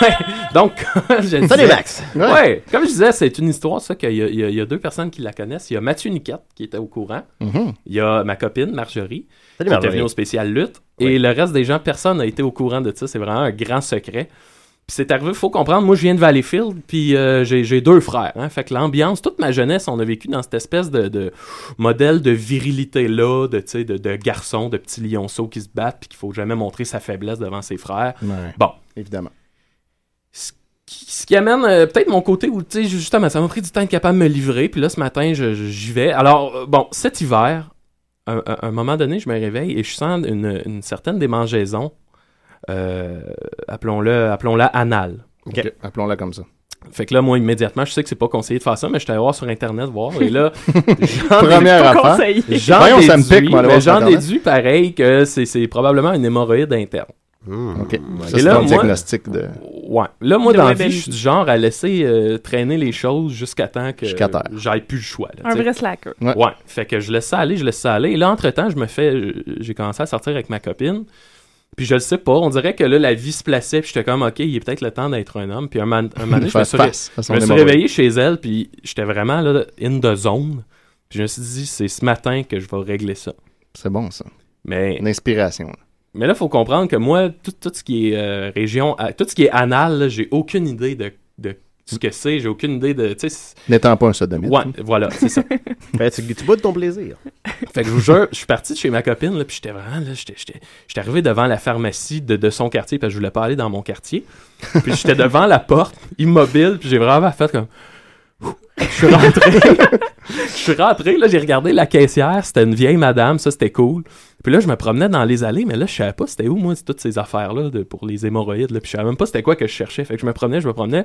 Speaker 3: Ouais. Donc, je
Speaker 5: Salut,
Speaker 3: disais-
Speaker 5: Max!
Speaker 3: Ouais. comme je disais, c'est une histoire, ça, qu'il y, a- il y a- il y a deux personnes qui la connaissent. Il y a Mathieu Niquette, qui était au courant.
Speaker 6: Mhm.
Speaker 3: Il y a ma copine, Marjorie,
Speaker 5: Salut,
Speaker 3: qui était venue
Speaker 5: Marjorie.
Speaker 3: au spécial lutte. Et le reste des gens, personne n'a été au courant de ça. C'est vraiment un grand secret. Puis c'est arrivé, faut comprendre, moi, je viens de Valleyfield, puis euh, j'ai j'ai deux frères. hein. Fait que l'ambiance, toute ma jeunesse, on a vécu dans cette espèce de, de modèle de virilité-là, de, tu sais, de, de garçon, de petit lionceau qui se battent, puis qu'il faut jamais montrer sa faiblesse devant ses frères.
Speaker 6: Ouais,
Speaker 3: Bon,
Speaker 6: évidemment.
Speaker 3: qui- ce qui amène euh, peut-être mon côté où, tu sais, justement, ça m'a pris du temps être capable de me livrer. Puis là, ce matin, je- je- j'y vais. Alors, euh, bon, cet hiver, à un, à un moment donné, je me réveille et je sens une, une certaine démangeaison. euh, appelons-le, appelons-la anale.
Speaker 6: Ok. Appelons-la comme ça.
Speaker 3: Fait que là, moi, immédiatement, je sais que c'est pas conseillé de faire ça, mais je suis allé voir sur Internet voir. Et là, j'en ai-
Speaker 6: Première
Speaker 4: Pas
Speaker 6: affaire.
Speaker 4: conseillé.
Speaker 3: j'en
Speaker 6: Voyons, ça me
Speaker 3: déduis,
Speaker 6: pique, moi, aller
Speaker 3: mais
Speaker 6: voir sur
Speaker 3: j'en
Speaker 6: Internet.
Speaker 3: déduis pareil que c'est c'est probablement une hémorroïde interne.
Speaker 5: Hmm.
Speaker 6: OK. Ça,
Speaker 3: Et
Speaker 6: c'est
Speaker 3: là,
Speaker 6: un
Speaker 3: moi-
Speaker 6: diagnostic de.
Speaker 3: Ouais. Là, moi,
Speaker 4: De
Speaker 3: dans la
Speaker 4: Webby.
Speaker 3: vie, je suis du genre à laisser euh, traîner les choses jusqu'à temps hein, que
Speaker 6: Jusqu'à terre.
Speaker 3: j'aille plus le choix. là,
Speaker 4: Un
Speaker 3: tu sais.
Speaker 4: vrai slacker.
Speaker 3: Ouais. Fait que je laisse ça aller, je laisse ça aller. Et là, entre-temps, je me fais. euh, J'ai commencé à sortir avec ma copine. Puis je le sais pas. On dirait que là, la vie se plaçait. Puis j'étais comme, OK, il est peut-être le temps d'être un homme. Puis un, man, un moment donné, je me
Speaker 6: Faire
Speaker 3: suis, ré-
Speaker 6: face à
Speaker 3: je
Speaker 6: son
Speaker 3: me suis
Speaker 6: hémorroïde.
Speaker 3: réveillé chez elle. Puis j'étais vraiment là, in the zone. Puis je me suis dit, c'est ce matin que je vais régler ça.
Speaker 6: C'est bon, ça.
Speaker 3: Mais
Speaker 6: Une inspiration. là.
Speaker 3: mais là, faut comprendre que moi, tout, tout ce qui est euh, région, à- tout ce qui est anal, là, j'ai aucune idée de, de ce que c'est. J'ai aucune idée de. Tu sais, c'est-
Speaker 6: N'étant pas un sodomite.
Speaker 3: ouais, voilà, c'est ça.
Speaker 5: Ben, tu, tu bois de ton plaisir.
Speaker 3: fait que je vous jure, je suis parti de chez ma copine, là, puis j'étais vraiment. là, J'étais j'étais- j'étais arrivé devant la pharmacie de, de son quartier, parce que je voulais pas aller dans mon quartier. Puis j'étais devant la porte, immobile, puis j'ai vraiment fait comme. Ouh. Je suis rentré. Je suis rentré, là, j'ai regardé la caissière, c'était une vieille madame, ça c'était cool. Puis là, je me promenais dans les allées, mais là, je savais pas c'était où, moi, toutes ces affaires-là de- pour les hémorroïdes. Là, puis je savais même pas c'était quoi que je cherchais. Fait que je me promenais, je me promenais.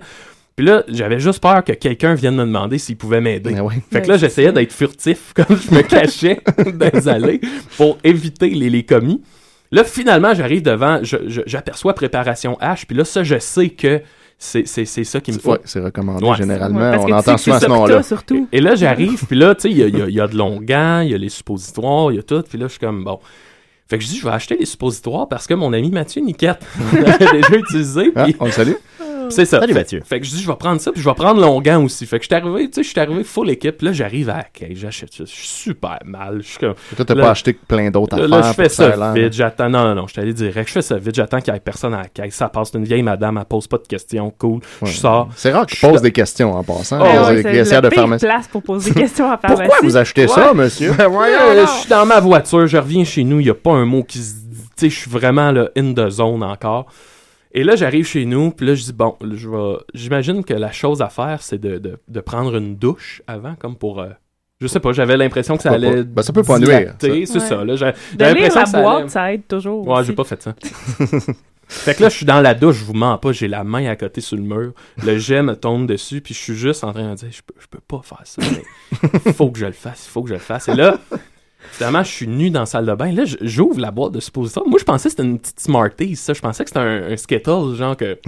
Speaker 3: Puis là, j'avais juste peur que quelqu'un vienne me demander s'il pouvait m'aider.
Speaker 6: Mais ouais.
Speaker 3: Fait que là, j'essayais d'être furtif, comme je me cachais dans les allées pour éviter les, les commis. Là, finalement, j'arrive devant, je- je- j'aperçois préparation H, puis là, ça, je sais que c'est c'est- c'est ça qu'il me faut.
Speaker 6: Ouais, c'est recommandé
Speaker 3: Ouais.
Speaker 6: généralement.
Speaker 4: Parce que
Speaker 6: On
Speaker 4: tu sais
Speaker 6: entend
Speaker 4: que c'est
Speaker 6: souvent ce
Speaker 4: ça que
Speaker 6: nom-là.
Speaker 4: t'as, surtout.
Speaker 3: Et là, j'arrive, puis là, tu sais, il y a, il y a- il y a de l'onguent, il y a les suppositoires, il y a tout, puis là, je suis comme, bon. Fait que je dis, je vais acheter les suppositoires parce que mon ami Mathieu Niquette on l'avait déjà utilisé,
Speaker 6: Ah,
Speaker 3: puis
Speaker 6: on le salue.
Speaker 3: Puis C'est ça.
Speaker 5: Salut,
Speaker 3: Fait-
Speaker 5: Mathieu.
Speaker 3: Fait que je dis, je vais prendre ça, puis je vais prendre Longan aussi. Fait que je suis arrivé, tu sais, je suis arrivé full équipe. Là, j'arrive à la caisse, j'achète ça. Je suis super mal. Je suis comme.
Speaker 6: Toi, t'as
Speaker 3: Là-
Speaker 6: pas acheté plein d'autres
Speaker 3: Là,
Speaker 6: affaires.
Speaker 3: là, je
Speaker 6: pour
Speaker 3: fais
Speaker 6: faire l'air.
Speaker 3: ça vite, j'attends. Non, non, non, je suis allé direct. Je fais ça vite, j'attends qu'il n'y ait personne à la caisse. Ça passe une vieille madame, elle pose pas de questions, cool.
Speaker 6: Ouais.
Speaker 3: Je sors.
Speaker 6: C'est rare que je pose des questions en passant.
Speaker 3: Oh,
Speaker 6: Les-
Speaker 3: ouais,
Speaker 6: les
Speaker 4: Ah c'est
Speaker 6: caissières
Speaker 4: la
Speaker 6: de
Speaker 4: pire
Speaker 6: pharmacie.
Speaker 4: place pour poser des questions à pharmacie.
Speaker 6: Pourquoi vous achetez ça, monsieur?
Speaker 3: Euh, je suis dans ma voiture, je reviens chez nous, il n'y a pas un mot qui se dit. Tu sais, je suis vraiment là, in the zone encore. Et là, j'arrive chez nous, puis là, je dis, bon, là, je vais- j'imagine que la chose à faire, c'est de, de- de prendre une douche avant, comme pour. euh, je sais pas, j'avais l'impression que ça
Speaker 6: Pourquoi
Speaker 3: allait.
Speaker 6: pas? Ben, ça peut pas nuire,
Speaker 3: dilater, C'est
Speaker 4: Ouais.
Speaker 3: ça, là. j'a-
Speaker 4: De
Speaker 3: J'avais
Speaker 4: lire
Speaker 3: l'impression
Speaker 4: la
Speaker 3: que ça allait.
Speaker 4: boîte, ça aide toujours.
Speaker 3: Ouais,
Speaker 4: aussi.
Speaker 3: j'ai pas fait ça. fait que là, je suis dans la douche, je vous mens pas, j'ai la main à côté sur le mur, le jet me tombe dessus, puis je suis juste en train de dire, je peux, je peux pas faire ça, mais faut que je le fasse, faut que je le fasse. Et là, finalement, je suis nu dans la salle de bain, là, j- j'ouvre la boîte de suppositoire. Moi, je pensais que c'était une petite Smarties, ça, je pensais que c'était un, un Skittles, genre que...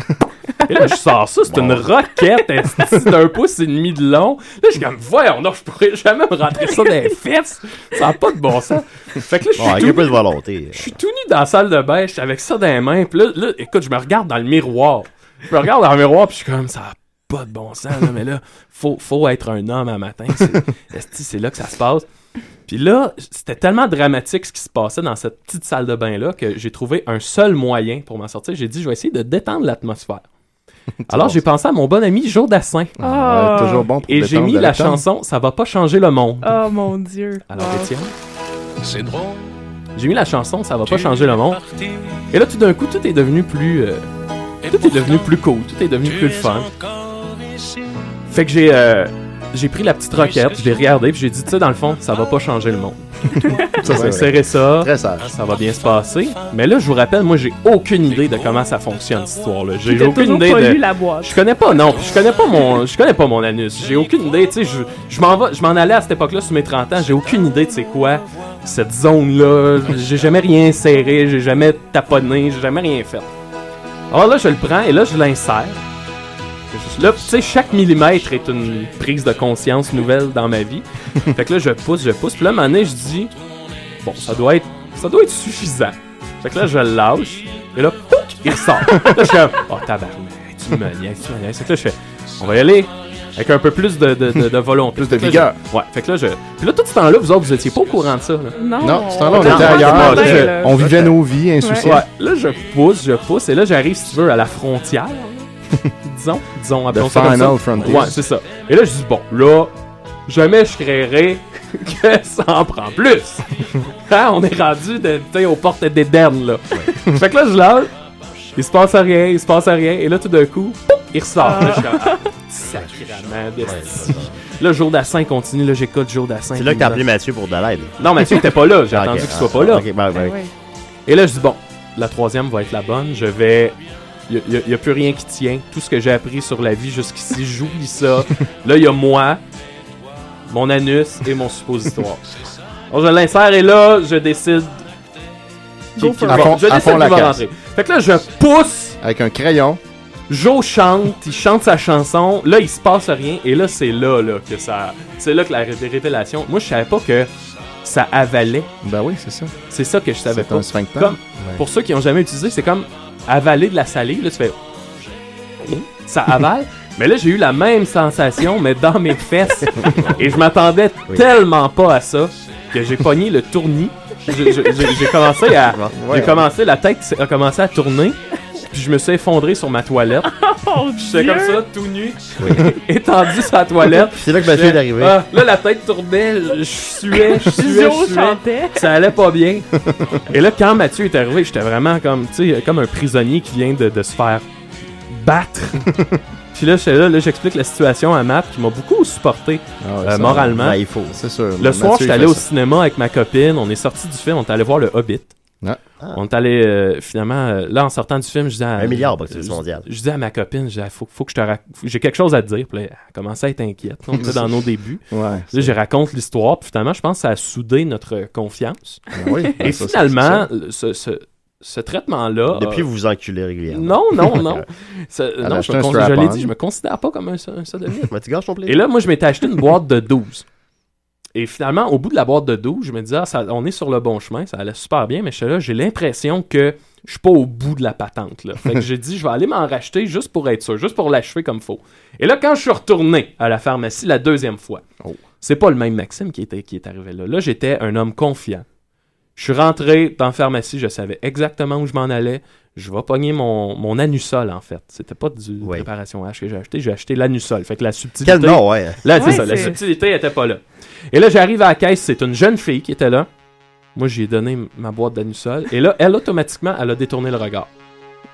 Speaker 3: Et là, je sors ça, c'est une roquette esti, d'un pouce et demi de long. Là, je suis comme, voyons, non, je pourrais jamais me rentrer ça dans les fesses. Ça n'a pas de bon sens. Fait que là, je
Speaker 5: Bon,
Speaker 3: suis
Speaker 5: avec
Speaker 3: tout
Speaker 5: un peu de volonté.
Speaker 3: je suis tout nu dans la salle de bain, je suis avec ça dans les mains. Puis là, là, écoute, je me regarde dans le miroir. Je me regarde dans le miroir, puis je suis comme, ça n'a pas de bon sens, là, mais là, faut, faut être un homme à matin. C'est- esti, C'est là que ça se passe. Puis là, c'était tellement dramatique ce qui se passait dans cette petite salle de bain-là que j'ai trouvé un seul moyen pour m'en sortir. J'ai dit, je vais essayer de détendre l'atmosphère. Alors, j'ai pensé à mon bon ami Joe Dassin.
Speaker 4: Ah.
Speaker 6: Ouais, toujours bon pour
Speaker 3: Et j'ai
Speaker 6: détendre
Speaker 3: mis
Speaker 6: de
Speaker 3: la
Speaker 6: temps.
Speaker 3: chanson Ça va pas changer le monde.
Speaker 4: Oh mon dieu.
Speaker 3: Alors,
Speaker 4: Wow.
Speaker 3: Étienne,
Speaker 7: C'est drôle.
Speaker 3: j'ai mis la chanson Ça va pas changer le monde. Et là, tout d'un coup, tout est devenu plus. euh, tout est devenu plus cool, tout est devenu plus fun. Fait que j'ai. euh, j'ai pris la petite roquette, je l'ai regardée, puis j'ai dit, tu sais, dans le fond, ça va pas changer le monde.
Speaker 6: Ça,
Speaker 3: On va
Speaker 6: c'est vrai.
Speaker 3: serrer ça,
Speaker 6: Très sage.
Speaker 3: ça va bien se passer. Mais là, je vous rappelle, moi, j'ai aucune idée de comment ça fonctionne, cette histoire-là. J'ai
Speaker 4: J'ai
Speaker 3: aucune
Speaker 4: toujours
Speaker 3: idée
Speaker 4: pas
Speaker 3: de.
Speaker 4: lu la boîte.
Speaker 3: Je connais pas, non. puis Je connais pas mon, je connais pas mon anus. J'ai aucune idée. Tu sais, je, je m'en vais- je m'en allais à cette époque-là sur mes 30 ans. J'ai aucune idée de c'est quoi cette zone-là. J'ai jamais rien serré. J'ai jamais taponné. J'ai jamais rien fait. Alors Ah, là, je le prends et là, je l'insère. Là, tu sais, chaque millimètre est une prise de conscience nouvelle dans ma vie. fait que là, je pousse, je pousse. Puis là, à un moment donné, je dis, bon, ça doit être, ça doit être suffisant. Fait que là, je le lâche. Et là, pouc, il ressort. là, je suis comme, oh, tabarnak, tu me niaises, tu me niaises. Fait que là, je fais, on va y aller avec un peu plus de, de, de, de volonté.
Speaker 6: Plus de
Speaker 3: Fait que
Speaker 6: vigueur.
Speaker 3: là, je- ouais, fait que là, je. Puis là, tout ce temps-là, vous autres, vous étiez pas au courant de ça. là.
Speaker 4: Non,
Speaker 6: Non, ce temps-là, on
Speaker 4: Non,
Speaker 6: était
Speaker 4: non,
Speaker 6: ailleurs.
Speaker 4: non,
Speaker 6: Je-
Speaker 4: là.
Speaker 6: On vivait nos vies insouciantes.
Speaker 3: Ouais, là, je pousse, je pousse, et là, j'arrive, si tu veux, à la frontière. là. disons, disons, appelons ça comme
Speaker 6: final
Speaker 3: ça.
Speaker 6: frontier.
Speaker 3: Ouais, c'est ça. Et là, je dis, bon, là, jamais je créerai que ça en prend plus. Hein, on est rendu de, tu sais, aux portes d'Éden, là. fait que là, je lâche, il se passe rien, il se passe rien, et là, tout d'un coup, pouf, il ressort. Là, je suis comme, ah, sacrément, d'esti. Là, jour d'assin continue, là, j'écoute jour d'assin.
Speaker 5: C'est là que t'as appelé Mathieu pour de l'aide.
Speaker 3: Non, Mathieu, t'es pas là, j'ai
Speaker 5: Ah, ok.
Speaker 3: attendu qu'il soit
Speaker 5: Ah,
Speaker 3: pas là.
Speaker 5: ok, ben, ben,
Speaker 4: Ouais.
Speaker 3: Et là, je dis, bon, la troisième va être la bonne. Je vais. Il n'y a, plus rien qui tient. Tout ce que j'ai appris sur la vie jusqu'ici, j'oublie ça. Là, il y a moi, mon anus et mon suppositoire. Alors, je l'insère et là, je décide.
Speaker 4: Go for
Speaker 6: it. À fond-
Speaker 3: je
Speaker 6: à
Speaker 3: décide
Speaker 6: fond
Speaker 3: qui
Speaker 6: la
Speaker 3: va
Speaker 6: casse.
Speaker 3: rentrer. Fait que là, je pousse.
Speaker 6: Avec un crayon.
Speaker 3: Joe chante, il chante sa chanson, là il se passe rien, et là c'est là, là que ça. C'est là que la ré- révélation. Moi je savais pas que ça avalait.
Speaker 6: Ben oui, c'est ça.
Speaker 3: C'est ça que je savais
Speaker 6: C'est
Speaker 3: pas.
Speaker 6: un sphincter.
Speaker 3: Comme- Pour ceux qui ont jamais utilisé, c'est comme avaler de la salive, là tu fais. Ça avale. mais là j'ai eu la même sensation, mais dans mes fesses. et je m'attendais tellement pas à ça que j'ai pogné le tournis. Je- je- J'ai j'ai commencé à. J'ai commencé, la tête a commencé à tourner. Puis je me suis effondré sur ma toilette.
Speaker 4: Oh,
Speaker 3: J'étais
Speaker 4: Dieu.
Speaker 3: comme ça, tout nu, étendu sur la toilette.
Speaker 5: C'est là que Mathieu est arrivé.
Speaker 3: Ah, là, la tête tournait, je suais, je suais,
Speaker 4: Joe
Speaker 3: je suais.
Speaker 4: chantait.
Speaker 3: Ça allait pas bien. Et là, quand Mathieu est arrivé, j'étais vraiment comme, tu sais, comme un prisonnier qui vient de, de se faire battre. Puis là, j'étais là, là, j'explique la situation à Matt qui m'a beaucoup supporté
Speaker 6: Ah ouais,
Speaker 3: euh,
Speaker 6: ça,
Speaker 3: moralement.
Speaker 5: Ben, il faut.
Speaker 6: C'est sûr.
Speaker 3: Le soir,
Speaker 6: Mathieu,
Speaker 3: j'étais
Speaker 6: il
Speaker 3: allé
Speaker 6: fait
Speaker 3: au
Speaker 6: ça.
Speaker 3: cinéma avec ma copine. On est sorti du film, on est allé voir le Hobbit.
Speaker 6: Ah.
Speaker 3: On est allé euh, finalement euh, là en sortant du film, je disais à,
Speaker 5: Un milliard, box
Speaker 3: je-
Speaker 5: mondial.
Speaker 3: Je dis à ma copine, je dis, Ah, faut, faut que je te rac- faut- j'ai quelque chose à te dire. Puis là, elle commençait à être inquiète. On était dans nos débuts.
Speaker 6: Ouais.
Speaker 3: Là, je raconte l'histoire. Puis finalement, je pense que ça a soudé notre confiance.
Speaker 6: Ben oui,
Speaker 3: Et
Speaker 6: ben ça, c'est-
Speaker 3: finalement, le- ce, ce- ce traitement-là.
Speaker 5: Depuis,
Speaker 3: a-
Speaker 5: vous vous enculez
Speaker 6: hein.
Speaker 5: régulièrement.
Speaker 3: Non, non, non. Ça- non, je,
Speaker 6: acheté
Speaker 3: me
Speaker 6: un
Speaker 3: con- je
Speaker 6: strap-on.
Speaker 3: l'ai dit, je me considère pas comme un, so- un sodomite.
Speaker 5: Mais tu gâches ton plaisir.
Speaker 3: Et là, moi, je m'étais acheté une boîte de 12. Et finalement, au bout de la boîte de 12, je me disais, Ah, ça- on est sur le bon chemin, ça allait super bien, mais je suis là, j'ai l'impression que je suis pas au bout de la patente. Là. Fait que j'ai dit, je vais aller m'en racheter juste pour être sûr, juste pour l'achever comme faut. Et là, quand je suis retourné à la pharmacie la deuxième fois,
Speaker 6: Oh.
Speaker 3: c'est pas le même Maxime qui, était, qui est arrivé là. Là, j'étais un homme confiant. Je suis rentré dans la pharmacie, je savais exactement où je m'en allais. Je vais pogner mon, mon anusol, en fait. C'était pas du
Speaker 5: Oui.
Speaker 3: préparation H que j'ai acheté, j'ai acheté l'anusol. Fait que la subtilité.
Speaker 5: Quel nom, ouais.
Speaker 3: Là, c'est
Speaker 4: Ouais,
Speaker 3: ça, la
Speaker 4: c'est-
Speaker 3: subtilité était pas là. Et là, j'arrive à la caisse, c'est une jeune fille qui était là. Moi, j'ai donné m- ma boîte d'anusol. Et là, elle, automatiquement, elle a détourné le regard.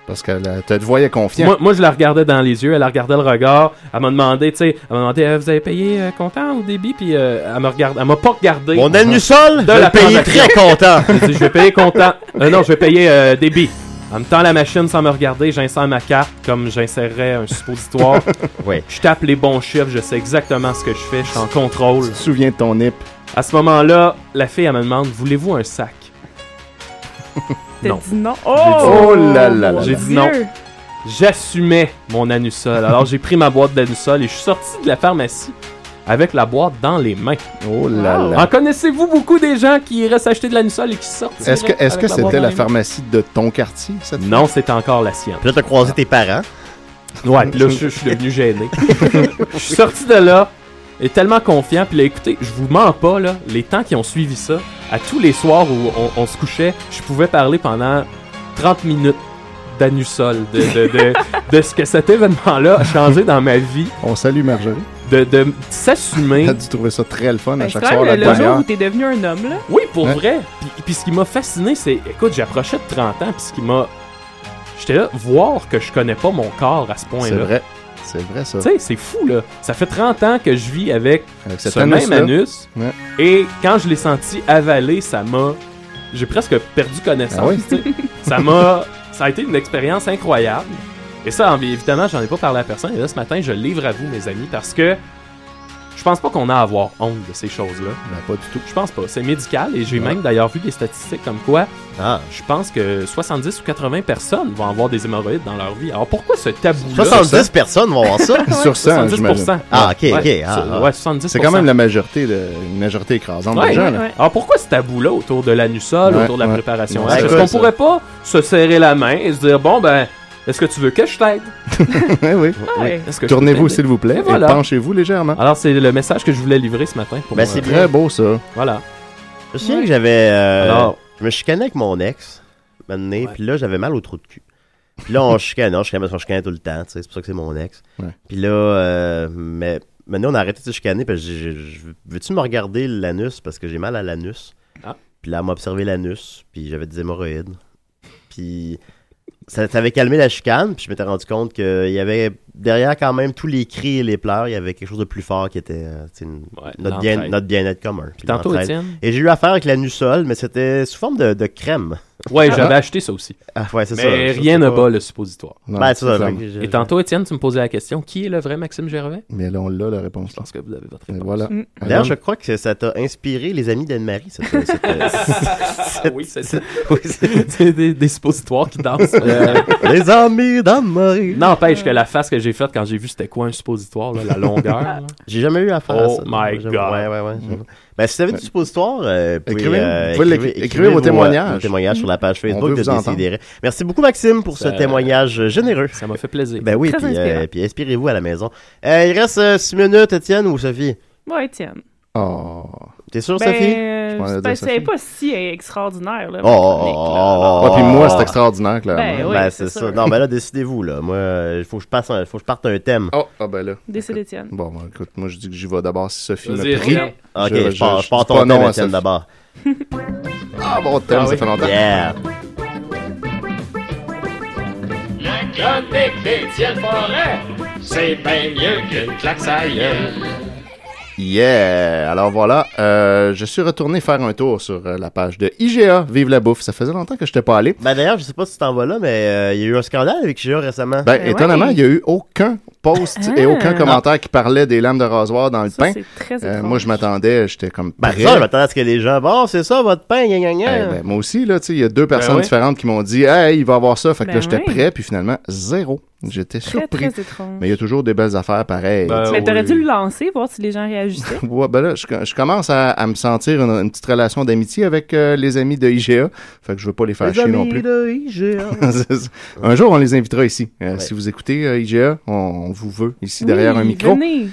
Speaker 6: Parce que là, tu te voyais confiant.
Speaker 3: Moi, moi, je la regardais dans les yeux, elle regardait le regard. Elle m'a demandé, tu sais, elle m'a demandé, Euh, vous avez payé euh, content au débit? Puis euh, elle me regarde, elle m'a pas regardé.
Speaker 5: Mon anusol,
Speaker 3: De
Speaker 5: je
Speaker 3: la
Speaker 5: le paye
Speaker 3: transaction.
Speaker 5: très content.
Speaker 3: J'ai dit, je vais payer content. Euh, non, je vais payer euh, débit. En me temps, la machine sans me regarder, j'insère ma carte comme j'insérerais un suppositoire.
Speaker 5: Ouais.
Speaker 3: Je tape les bons chiffres, je sais exactement ce que je fais, je suis en contrôle.
Speaker 6: Tu te souviens de ton nip.
Speaker 3: À ce moment-là, la fille, elle me demande Voulez-vous un sac
Speaker 4: T'as
Speaker 3: Non.
Speaker 4: dit non. Oh,
Speaker 6: Oh là là là.
Speaker 3: J'ai dit non. J'assumais mon anusol. Alors, j'ai pris ma boîte d'anusol et je suis sorti de la pharmacie avec la boîte dans les mains.
Speaker 6: Oh là
Speaker 5: Ah,
Speaker 4: Wow.
Speaker 6: là.
Speaker 3: En connaissez-vous beaucoup des gens qui iraient s'acheter de l'anusol et qui sortent
Speaker 6: Est-ce que est-ce que c'était la
Speaker 3: pharmacie
Speaker 6: pharmacie de ton quartier, cette
Speaker 3: Non, c'est encore la sienne.
Speaker 5: Puis là, t'as croisé tes parents.
Speaker 3: Ouais, puis là, je, je suis devenu gêné. je suis sorti de là, et tellement confiant. Puis là, écoutez, je vous mens pas, là, les temps qui ont suivi ça, à tous les soirs où on, on se couchait, je pouvais parler pendant 30 minutes d'anusol, de, de, de, de ce que cet événement-là a changé dans ma vie,
Speaker 6: On salue Marjorie.
Speaker 3: de, de s'assumer.
Speaker 6: T'as dû trouver ça très le fun à
Speaker 4: Ben, c'est
Speaker 6: chaque
Speaker 4: quand
Speaker 6: soir la
Speaker 4: même le, le jour
Speaker 6: demi-heure.
Speaker 4: où t'es devenu un homme, là.
Speaker 3: Oui, pour
Speaker 6: Ouais.
Speaker 3: vrai. Puis, puis ce qui m'a fasciné, c'est, écoute, j'approchais de 30 ans, puis ce qui m'a... J'étais là, voir que je connais pas mon corps à ce
Speaker 6: C'est
Speaker 3: point-là.
Speaker 6: vrai. C'est vrai ça.
Speaker 3: Tu sais, c'est fou, là. Ça fait 30 ans que je vis avec
Speaker 6: Avec
Speaker 3: ce
Speaker 6: cette anus
Speaker 3: même anus.
Speaker 6: Ouais.
Speaker 3: Et quand je l'ai senti avaler, ça m'a. J'ai presque perdu connaissance.
Speaker 6: Ah oui?
Speaker 3: tu sais. ça m'a. Ça a été une expérience incroyable. Et ça, en- évidemment, j'en ai pas parlé à personne. Et là, ce matin, je livre à vous, mes amis, parce que je pense pas qu'on a à avoir honte de ces choses-là.
Speaker 6: Ben, pas du tout.
Speaker 3: Je pense pas. C'est médical et j'ai même d'ailleurs vu des statistiques comme quoi
Speaker 5: Ah.
Speaker 3: je pense que 70 ou 80 personnes vont avoir des hémorroïdes dans leur vie. Alors pourquoi ce tabou-là
Speaker 5: 70 personnes vont voir ça.
Speaker 6: Sur 100,
Speaker 3: 70%.
Speaker 6: j'imagine.
Speaker 5: Ah, ok, ok.
Speaker 3: Ouais,
Speaker 5: Ah, ah.
Speaker 3: ouais, 70%.
Speaker 6: C'est quand même la majorité, de, une majorité écrasante
Speaker 3: Ouais,
Speaker 6: de gens.
Speaker 3: ouais,
Speaker 6: là.
Speaker 3: ouais. Alors Ah, pourquoi ce tabou-là autour de l'anusol,
Speaker 6: Ouais,
Speaker 3: autour de la
Speaker 6: ouais.
Speaker 3: préparation
Speaker 6: Ouais,
Speaker 3: H?
Speaker 5: c'est
Speaker 3: Est-ce
Speaker 5: quoi,
Speaker 3: qu'on
Speaker 6: ça?
Speaker 3: pourrait pas se serrer la main et se dire bon ben est-ce que tu veux que je t'aide
Speaker 6: Ouais, oui.
Speaker 4: Ouais.
Speaker 3: Est-ce que je peux
Speaker 6: Tournez-vous,
Speaker 3: t'aider?
Speaker 6: s'il vous plaît,
Speaker 3: Et
Speaker 6: et,
Speaker 3: voilà.
Speaker 6: penchez-vous légèrement.
Speaker 3: Alors c'est le message que je voulais livrer ce matin pour
Speaker 5: Ben,
Speaker 3: euh,
Speaker 5: c'est bien.
Speaker 6: Très beau, ça.
Speaker 3: voilà.
Speaker 5: Je me souviens que j'avais. euh,
Speaker 3: Alors-
Speaker 5: je me chicanais avec mon ex, maintenant, puis là, j'avais mal au trou de cul. Puis là, on chicanait, on chicanait parce qu'on chicanait tout le temps, tu sais, c'est pour ça que c'est mon ex.
Speaker 6: Ouais.
Speaker 5: Puis là, euh, mais maintenant, on a arrêté de se chicaner, puis j'ai- j'ai- j'ai- veux-tu me regarder l'anus parce que j'ai mal à l'anus.
Speaker 3: Ah.
Speaker 5: Puis là, elle m'a observé l'anus, puis j'avais des hémorroïdes. Puis ça ça avait calmé la chicane, puis je m'étais rendu compte qu'il y avait derrière quand même tous les cris et les pleurs, il y avait quelque chose de plus fort qui était euh, tu sais, une-
Speaker 3: Ouais,
Speaker 5: notre,
Speaker 3: l'entraide.
Speaker 5: bien, notre bien-être commun. Puis
Speaker 3: Tantôt
Speaker 5: l'entraide.
Speaker 3: Étienne.
Speaker 5: Et j'ai eu affaire avec la Nusol, mais c'était sous forme de, de crème.
Speaker 6: Ah.
Speaker 3: Ouais, j'avais acheté ça aussi.
Speaker 5: Ah ouais, c'est ça.
Speaker 3: Mais
Speaker 5: Je
Speaker 3: rien
Speaker 5: sais
Speaker 3: ne
Speaker 5: pas.
Speaker 3: bat le suppositoire.
Speaker 6: Non,
Speaker 5: Ben, c'est ça.
Speaker 6: ça.
Speaker 5: fait que j'ai-
Speaker 3: Et tantôt Étienne, tu me posais la question qui est le vrai Maxime Gervais
Speaker 6: Mais là, on l'a, la réponse.
Speaker 3: Je pense que vous avez votre
Speaker 6: Et
Speaker 3: réponse.
Speaker 6: voilà.
Speaker 4: Mm.
Speaker 5: D'ailleurs, je crois que ça t'a inspiré les amis d'Anne-Marie. cette- cette-
Speaker 3: Ah oui, c'est ça. Oui, c'est c'est des, des suppositoires qui dansent. Euh,
Speaker 5: les amis d'Anne-Marie.
Speaker 3: N'empêche que la face que j'ai faite quand j'ai vu c'était quoi un suppositoire, là, la longueur. là.
Speaker 5: J'ai jamais eu affaire à
Speaker 3: Oh
Speaker 5: ça.
Speaker 3: my
Speaker 5: J'avoue.
Speaker 3: God.
Speaker 5: Ouais, ouais, ouais. j'avoue. Ben, si vous avez du suppositoire, euh, pouvez,
Speaker 6: Écrivez-
Speaker 5: euh,
Speaker 6: Mm-hmm. vous pouvez l'écri- écrivez vos
Speaker 5: euh,
Speaker 6: témoignages.
Speaker 5: vos témoignages sur la page
Speaker 6: On veut
Speaker 5: Facebook de
Speaker 6: vous entendre.
Speaker 5: Décideret. Merci beaucoup, Maxime, pour
Speaker 3: Ça-
Speaker 5: ce témoignage généreux.
Speaker 3: Ça m'a fait plaisir.
Speaker 5: Ben oui,
Speaker 4: Très
Speaker 5: puis, euh,
Speaker 4: inspirant.
Speaker 5: puis inspirez-vous à la maison. Euh, il reste 6 minutes, Étienne ou Sophie?
Speaker 4: Ouais, Étienne.
Speaker 6: Oh.
Speaker 5: T'es sûr,
Speaker 4: Ben,
Speaker 5: Sophie?
Speaker 4: euh,
Speaker 6: Je m'en allais
Speaker 4: ben,
Speaker 6: dire
Speaker 4: c'est
Speaker 6: Sophie.
Speaker 4: pas si euh, extraordinaire, là.
Speaker 5: Oh,
Speaker 4: ma
Speaker 5: oh,
Speaker 4: chronique,
Speaker 5: oh,
Speaker 4: là.
Speaker 5: oh,
Speaker 6: Ah, puis
Speaker 5: oh,
Speaker 6: moi,
Speaker 5: oh.
Speaker 6: c'est extraordinaire, clairement.
Speaker 4: Ben, oui,
Speaker 5: Ben,
Speaker 4: c'est
Speaker 5: c'est ça.
Speaker 4: sûr.
Speaker 5: Non, ben là, décidez-vous, là. Moi, euh, il faut que je passe un, faut que je parte un thème.
Speaker 6: Oh, ah ben là.
Speaker 4: Décide, Étienne.
Speaker 6: Bon, ben, écoute, moi, je dis que j'y vais d'abord si Sophie me
Speaker 3: Vas-y,
Speaker 6: prie.
Speaker 3: Étienne.
Speaker 5: Ok,
Speaker 6: Ah, je-
Speaker 5: je,
Speaker 6: je-
Speaker 5: pars,
Speaker 6: je
Speaker 5: je pars
Speaker 6: dis
Speaker 5: ton
Speaker 6: pas
Speaker 5: thème,
Speaker 6: non à
Speaker 5: Étienne,
Speaker 6: Sophie.
Speaker 5: d'abord.
Speaker 6: Ah, bon thème,
Speaker 3: Ah oui.
Speaker 6: ça fait longtemps.
Speaker 5: Yeah!
Speaker 6: Yeah! Alors voilà, euh, je suis retourné faire un tour sur euh, la page de IGA, Vive la bouffe. Ça faisait longtemps que je n'étais pas allé.
Speaker 5: Ben d'ailleurs, je sais pas si tu t'en vas là, mais euh, il y a eu un scandale avec Chia récemment.
Speaker 6: Ben,
Speaker 4: Ben
Speaker 6: étonnamment,
Speaker 4: ouais.
Speaker 6: il n'y a eu aucun post et
Speaker 4: Ah.
Speaker 6: aucun commentaire qui parlait des lames de rasoir dans le
Speaker 4: Ça,
Speaker 6: pain.
Speaker 4: c'est très
Speaker 6: Euh,
Speaker 4: étrange.
Speaker 6: moi, je m'attendais, j'étais comme
Speaker 5: Ben,
Speaker 6: prêt.
Speaker 5: ça, je m'attendais à ce que les gens. Bon, c'est ça, votre pain, gna
Speaker 6: Eh
Speaker 5: gna
Speaker 4: Euh.
Speaker 5: gna.
Speaker 6: ben,
Speaker 5: Ben
Speaker 6: moi aussi, là, tu sais, il y a deux personnes
Speaker 3: ouais.
Speaker 6: différentes qui m'ont dit, hey, il va avoir ça. Fait que
Speaker 4: Ben
Speaker 6: là, j'étais
Speaker 4: ouais.
Speaker 6: prêt, puis finalement, zéro.
Speaker 3: J'étais
Speaker 4: Très,
Speaker 3: surpris.
Speaker 4: très étrange.
Speaker 3: Mais il y a toujours des belles affaires pareilles.
Speaker 8: Ben,
Speaker 4: Mais
Speaker 8: oui.
Speaker 4: t'aurais dû le lancer, voir si les gens réagissaient.
Speaker 3: Ouais, ben là, je, je commence à, à me sentir une, une petite relation d'amitié avec euh, les amis de IGA. Fait que je veux pas les faire
Speaker 5: Les
Speaker 3: chier non
Speaker 5: amis
Speaker 3: plus.
Speaker 5: de IGA.
Speaker 3: C'est ça. un jour, on les invitera ici. Euh,
Speaker 5: Ouais.
Speaker 3: Si vous écoutez euh, IGA, on, on vous veut ici derrière
Speaker 4: Oui,
Speaker 3: un micro.
Speaker 4: venez.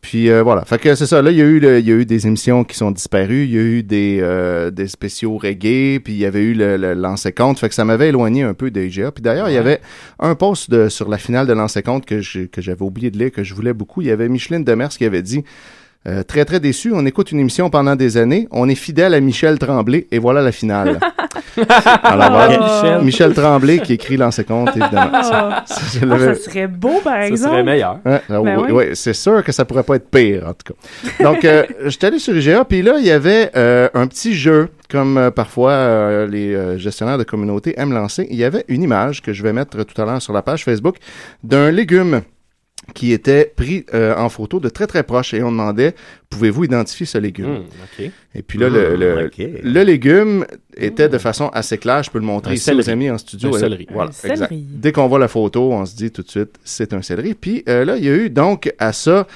Speaker 3: Puis euh, voilà. Fait que c'est ça. Là, il y, a eu le- il y a eu des émissions qui sont disparues. Il y a eu des, euh, des spéciaux reggae. Puis il y avait eu le- le- l'ancien compte. Fait que ça m'avait éloigné un peu de IGA. Puis d'ailleurs, il y avait un post de, sur la finale de l'ancien compte que j'ai- que j'avais oublié de lire, que je voulais beaucoup. Il y avait Micheline Demers qui avait dit. euh, très très déçu, on écoute une émission pendant des années, on est fidèle à Michel Tremblay et voilà la finale. Alors voilà,
Speaker 8: Michel.
Speaker 3: Michel Tremblay qui écrit l'ancien compte évidemment.
Speaker 4: Ah,
Speaker 3: Ça, je
Speaker 4: ah,
Speaker 3: l'avais-
Speaker 4: ça serait beau, par
Speaker 8: Ça
Speaker 4: exemple.
Speaker 8: serait meilleur.
Speaker 3: Ouais, ah,
Speaker 4: Ben
Speaker 3: oui,
Speaker 4: oui.
Speaker 3: oui, c'est sûr que ça pourrait pas être pire, en tout cas. Donc, euh, j'étais allé sur IGA, puis là, il y avait euh, un petit jeu, comme euh, parfois euh, les euh, gestionnaires de communauté aiment lancer. Il y avait une image que je vais mettre tout à l'heure sur la page Facebook d'un légume qui était pris euh, en photo de très très proche et on demandait pouvez-vous identifier ce légume
Speaker 8: Hmm, ok.
Speaker 3: et puis là
Speaker 8: Ah,
Speaker 3: le, le,
Speaker 5: Ok.
Speaker 3: le légume était de façon assez claire je peux le montrer
Speaker 8: Un
Speaker 3: ici
Speaker 8: céleri.
Speaker 3: aux amis en studio Euh,
Speaker 8: Un céleri.
Speaker 3: voilà
Speaker 4: Un céleri.
Speaker 3: exact. dès qu'on voit la photo on se dit tout de suite c'est un céleri puis euh, là il y a eu donc à ça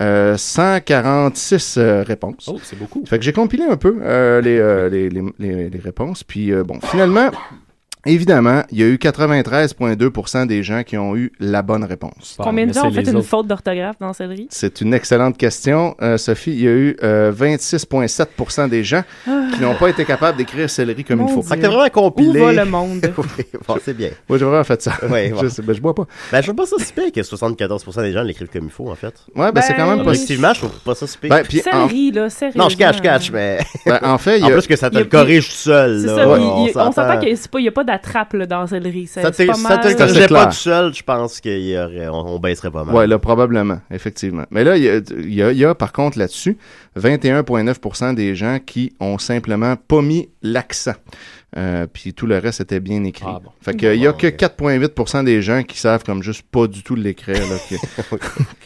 Speaker 3: euh, 146 euh, réponses
Speaker 8: Oh, c'est beaucoup.
Speaker 3: fait que j'ai compilé un peu euh, les, euh, les, les, les- les réponses. Puis euh, bon, finalement, évidemment, il y a eu 93,2% des gens qui ont eu la bonne réponse.
Speaker 8: Bon,
Speaker 4: Combien de
Speaker 8: mais
Speaker 4: gens
Speaker 8: c'est
Speaker 4: ont fait
Speaker 8: les
Speaker 4: une
Speaker 8: autres.
Speaker 4: faute d'orthographe dans Céleri?
Speaker 3: C'est une excellente question, euh, Sophie. Il y a eu euh, 26,7% des gens qui n'ont pas été capables d'écrire céleri comme
Speaker 4: Mon
Speaker 3: il faut.
Speaker 4: Dieu.
Speaker 5: Fait que t'as vraiment
Speaker 4: Où
Speaker 5: compilé.
Speaker 4: va le monde?
Speaker 5: Oui, bon, c'est bien.
Speaker 3: Moi, j'ai vraiment fait ça.
Speaker 5: Ouais,
Speaker 3: je,
Speaker 5: voilà.
Speaker 3: sais, ben, je bois pas.
Speaker 5: Ben, je trouve pas ça si pire que 74% des gens l'écrivent comme il faut, en fait.
Speaker 3: Ouais, ben, c'est quand même
Speaker 4: Ben,
Speaker 3: pas.
Speaker 5: Effectivement, je trouve pas ça si pire.
Speaker 3: Ben, puis en,
Speaker 4: Céleri, là, sérieux.
Speaker 5: non, je cache, je cache, mais.
Speaker 3: ben, en fait, il y
Speaker 5: En
Speaker 3: a-
Speaker 5: plus que ça te
Speaker 4: il y a-
Speaker 5: le corrige tout seul.
Speaker 4: C'est
Speaker 5: là.
Speaker 4: ça,
Speaker 5: Ouais,
Speaker 4: puis il- on
Speaker 5: s'entend.
Speaker 4: s'entend qu'il n'y a pas d'attrape là, dans Céleri. C'est
Speaker 5: Ça
Speaker 4: c'est
Speaker 5: te,
Speaker 4: pas
Speaker 5: ça
Speaker 4: mal.
Speaker 5: te
Speaker 3: Ça, c'est
Speaker 5: corrigeait pas
Speaker 3: clair.
Speaker 5: tout seul, je pense qu'on baisserait pas mal.
Speaker 3: Ouais, là, probablement, effectivement. Mais là, il y a, il y a- il y a, par contre là-dessus 21,9% des gens qui ont simplement pas mis l'accent. Euh, puis tout le reste était bien écrit.
Speaker 8: Ah bon.
Speaker 3: Fait que il y a
Speaker 5: Bon,
Speaker 3: que
Speaker 5: ok.
Speaker 3: 4,8% des gens qui savent comme juste pas du tout l'écrire, là, qui,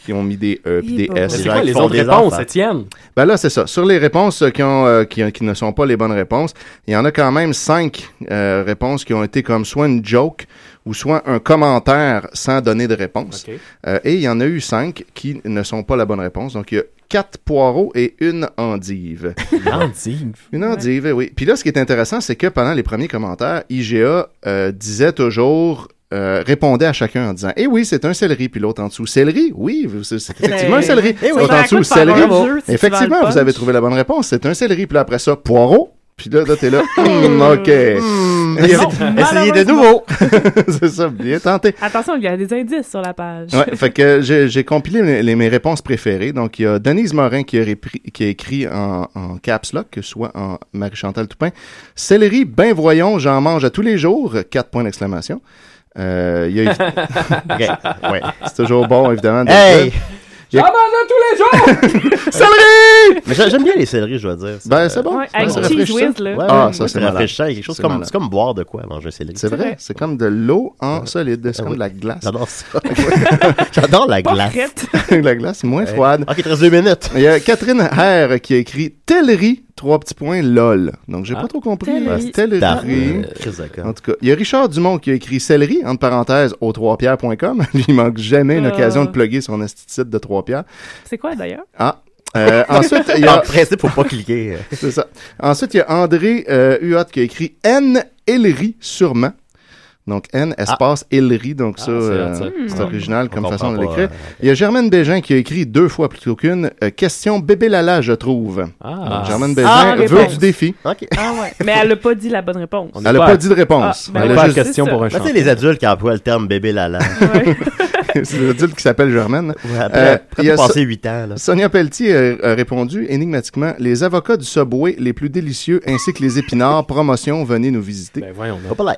Speaker 3: qui ont mis des E puis
Speaker 4: Eh
Speaker 3: des
Speaker 4: ben.
Speaker 3: S.
Speaker 8: C'est
Speaker 5: gens
Speaker 8: quoi
Speaker 5: qui
Speaker 8: les
Speaker 5: font
Speaker 8: autres
Speaker 5: des
Speaker 8: réponses,
Speaker 5: enfants.
Speaker 8: Étienne?
Speaker 3: Ben là, c'est ça. Sur les réponses euh, qui, ont, euh, qui, qui ne sont pas les bonnes réponses, il y en a quand même cinq euh, réponses qui ont été comme soit une joke ou soit un commentaire sans donner de réponse.
Speaker 8: Ok.
Speaker 3: Euh, et il y en a eu cinq qui ne sont pas la bonne réponse. Donc, il y a quatre poireaux et une endive.
Speaker 8: Endive.
Speaker 3: Une endive, eh oui. Puis là, ce qui est intéressant, c'est que pendant les premiers commentaires, IGA euh, disait toujours... euh, répondait à chacun en disant Eh oui, c'est un céleri, puis l'autre en dessous. Céleri Oui, c'est c'est effectivement
Speaker 4: Ben,
Speaker 3: un
Speaker 5: Eh
Speaker 3: céleri.
Speaker 4: ça
Speaker 3: L'autre
Speaker 4: sert à
Speaker 3: en
Speaker 4: quoi
Speaker 3: dessous, le
Speaker 4: de faire
Speaker 3: céleri.
Speaker 4: un jeu si tu vas
Speaker 3: Effectivement,
Speaker 4: le punch?
Speaker 3: vous avez trouvé la bonne réponse. C'est un céleri. Puis là, après ça, poireau. Puis là, là t'es là.
Speaker 8: Hmm.
Speaker 3: Hum, OK. Il y a-
Speaker 5: Essayez de nouveau!
Speaker 3: c'est ça, bien tenté.
Speaker 8: Ah.
Speaker 4: Attention, il y a des indices sur la page.
Speaker 3: Ouais, fait que j'ai j'ai compilé mes, les- mes réponses préférées. Donc, il y a Denise Morin qui a, répri- qui a écrit en, en caps lock, que ce soit en Marie-Chantal Toupin. Céleri, ben voyons, j'en mange à tous les jours. Quatre points d'exclamation. Euh, il y a eu-
Speaker 5: Ok, ouais.
Speaker 3: c'est toujours bon, évidemment. de-
Speaker 5: Hey!
Speaker 3: J'en mange
Speaker 8: à tous les jours!
Speaker 3: Céleri!
Speaker 5: Mais j'a- j'aime bien les céleris, je dois dire.
Speaker 3: Ben, c'est bon.
Speaker 4: Ouais,
Speaker 3: Ça
Speaker 4: avec
Speaker 3: se
Speaker 4: Cheese
Speaker 3: rafraîchit, ça.
Speaker 4: Whiz, là.
Speaker 5: Ouais,
Speaker 3: Ah,
Speaker 5: ouais,
Speaker 3: ça,
Speaker 5: ouais,
Speaker 3: c'est
Speaker 5: ça
Speaker 3: malade.
Speaker 5: rafraîchit ça avec quelque chose
Speaker 3: C'est
Speaker 5: comme,
Speaker 3: malade.
Speaker 5: c'est comme boire de quoi, manger un céleri.
Speaker 3: C'est vrai, c'est comme de l'eau en solide. C'est
Speaker 5: Ah
Speaker 3: comme
Speaker 5: oui.
Speaker 3: de la glace.
Speaker 5: J'adore ça. J'adore la
Speaker 4: Pas
Speaker 5: glace.
Speaker 4: prête.
Speaker 3: la glace moins froide.
Speaker 5: Ok, il te reste deux minutes.
Speaker 3: Il y a Catherine Herr qui a écrit Tellerie, trois petits points, lol. Donc, j'ai pas trop compris.
Speaker 4: Tellerie.
Speaker 3: Tellerie. En tout cas, il y a Richard Dumont qui a écrit Céleri, entre parenthèses, au 3pierres.com. Lui, il manque jamais une
Speaker 4: Ah.
Speaker 3: occasion de plugger son asticide de 3pierres.
Speaker 4: C'est quoi d'ailleurs?
Speaker 3: Ah. Euh, ensuite, il y
Speaker 5: En
Speaker 3: a,
Speaker 5: principe, faut pas cliquer.
Speaker 3: c'est ça. Ensuite, il y a André euh, Huot qui a écrit N. Ellery, sûrement. Donc, N, espace, Ellery. Donc, ça,
Speaker 8: Ah. c'est
Speaker 3: euh,
Speaker 8: hot, ça. Ah,
Speaker 3: c'est original comme
Speaker 5: On
Speaker 3: façon de
Speaker 5: comprend
Speaker 3: l'écrire.
Speaker 5: pas,
Speaker 8: euh,
Speaker 3: Il y a Germaine Bégin qui a écrit deux fois plutôt qu'une euh, Question bébé Lala, je trouve.
Speaker 8: Ah,
Speaker 3: Donc, Germaine
Speaker 4: Ah,
Speaker 3: Bégin veut
Speaker 4: réponse.
Speaker 3: du défi.
Speaker 5: euh, Ok.
Speaker 4: Ah ouais. Mais elle n'a pas dit la bonne réponse.
Speaker 8: On
Speaker 3: Elle n'a
Speaker 8: pas
Speaker 3: pas
Speaker 8: à-
Speaker 3: dit de réponse.
Speaker 4: Ah,
Speaker 8: On
Speaker 4: ben
Speaker 3: Elle
Speaker 8: n'a
Speaker 3: a
Speaker 8: pas la
Speaker 4: juste-
Speaker 8: question
Speaker 4: c'est
Speaker 8: pour un
Speaker 5: Ben,
Speaker 8: champion.
Speaker 5: c'est les adultes qui emploient le terme bébé lala.
Speaker 4: Ouais. ben.
Speaker 3: juste- c'est l'adulte qui s'appelle Germaine.
Speaker 5: Ouais,
Speaker 3: Euh,
Speaker 5: après, après
Speaker 3: il y a
Speaker 5: t'as passé 8 ans, là.
Speaker 3: Sonia Pelletier a, a répondu énigmatiquement Les avocats du Subway les plus délicieux ainsi que les épinards, promotion, venez nous visiter.
Speaker 8: Ben voyons donc.
Speaker 5: Hop là.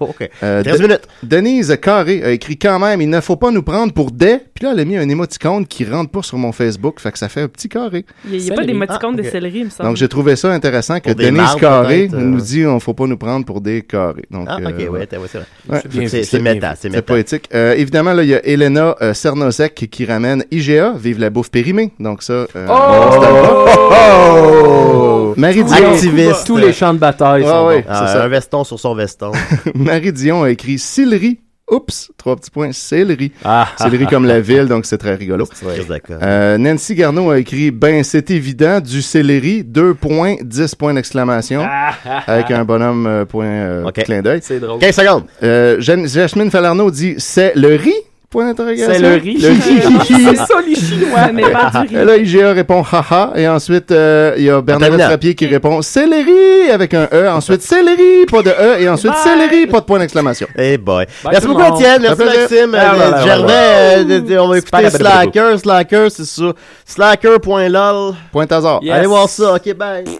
Speaker 5: ok.
Speaker 3: Euh,
Speaker 5: 13
Speaker 3: De-
Speaker 5: minutes.
Speaker 3: Denise Carré a écrit quand même Il ne faut pas nous prendre pour des. Puis là, elle a mis un émoticône qui rentre pas sur mon Facebook, fait que ça fait un petit carré.
Speaker 4: Il n'y a, pas
Speaker 8: Céleri.
Speaker 4: d'émoticône
Speaker 5: Ah,
Speaker 4: de
Speaker 5: ok.
Speaker 4: céleri, il me semble.
Speaker 3: Donc j'ai trouvé ça intéressant que
Speaker 5: Pour des
Speaker 3: Denise
Speaker 5: marbres,
Speaker 3: Carré
Speaker 5: peut-être, euh.
Speaker 3: nous dit On ne faut pas nous prendre pour des carrés. Donc,
Speaker 5: Ah,
Speaker 3: euh,
Speaker 5: ok, ouais, t'as- ouais, c'est vrai.
Speaker 3: ouais.
Speaker 8: Bien vu,
Speaker 5: C'est-
Speaker 8: c'est
Speaker 5: C'est
Speaker 8: bien
Speaker 5: méta, c'est
Speaker 3: C'est
Speaker 5: méta.
Speaker 3: poétique. Euh, évidemment, là, il y a Elena euh, Cernozek qui, qui ramène IGA, Vive la bouffe périmée. Donc ça, euh, on se tape pas. Oh! Marie Dion.
Speaker 5: Activiste.
Speaker 8: Tous les champs de bataille
Speaker 3: Ouais,
Speaker 8: sont
Speaker 3: ouais.
Speaker 8: bons.
Speaker 5: Ah,
Speaker 3: c'est ça.
Speaker 5: un veston sur son veston.
Speaker 3: Marie Dion a écrit Sillery, Oups, trois petits points, céleri.
Speaker 5: Ah,
Speaker 3: Céleri comme la ville, donc c'est très rigolo.
Speaker 5: Ouais. D'accord.
Speaker 3: Euh, Nancy Garneau a écrit Ben, c'est évident, du céleri, deux points, dix points d'exclamation, avec un bonhomme euh, point euh,
Speaker 5: Ok.
Speaker 3: clin d'œil.
Speaker 9: C'est drôle.
Speaker 5: 15 secondes.
Speaker 3: Euh, Jan- Jasmine Falarneau dit C'est le riz Point d'interrogation.
Speaker 9: C'est le riz.
Speaker 3: Le
Speaker 10: C'est ça, les Chinois, mais pas du
Speaker 3: Et
Speaker 10: riz.
Speaker 3: Là, IGA répond haha. Et ensuite, euh, il y a Bernard
Speaker 5: terminale.
Speaker 3: Frappier qui répond céleri avec un E. Ensuite, céleri, pas de E. Et ensuite,
Speaker 10: Bye.
Speaker 3: céleri, pas de point d'exclamation.
Speaker 5: Eh boy.
Speaker 9: Bye
Speaker 5: merci
Speaker 9: tout le
Speaker 5: beaucoup,
Speaker 9: monde.
Speaker 5: Étienne. Merci,
Speaker 3: Un plaisir.
Speaker 5: Maxime.
Speaker 9: Ah,
Speaker 5: Euh,
Speaker 9: voilà, voilà,
Speaker 5: Gervais,
Speaker 9: voilà.
Speaker 5: euh, de- de- on va écouter
Speaker 9: Spagabadabadou.
Speaker 5: Slacker. Slacker, c'est ça. Slacker.lol.
Speaker 3: Point hasard.
Speaker 9: Yes.
Speaker 5: Allez voir ça. OK, bye.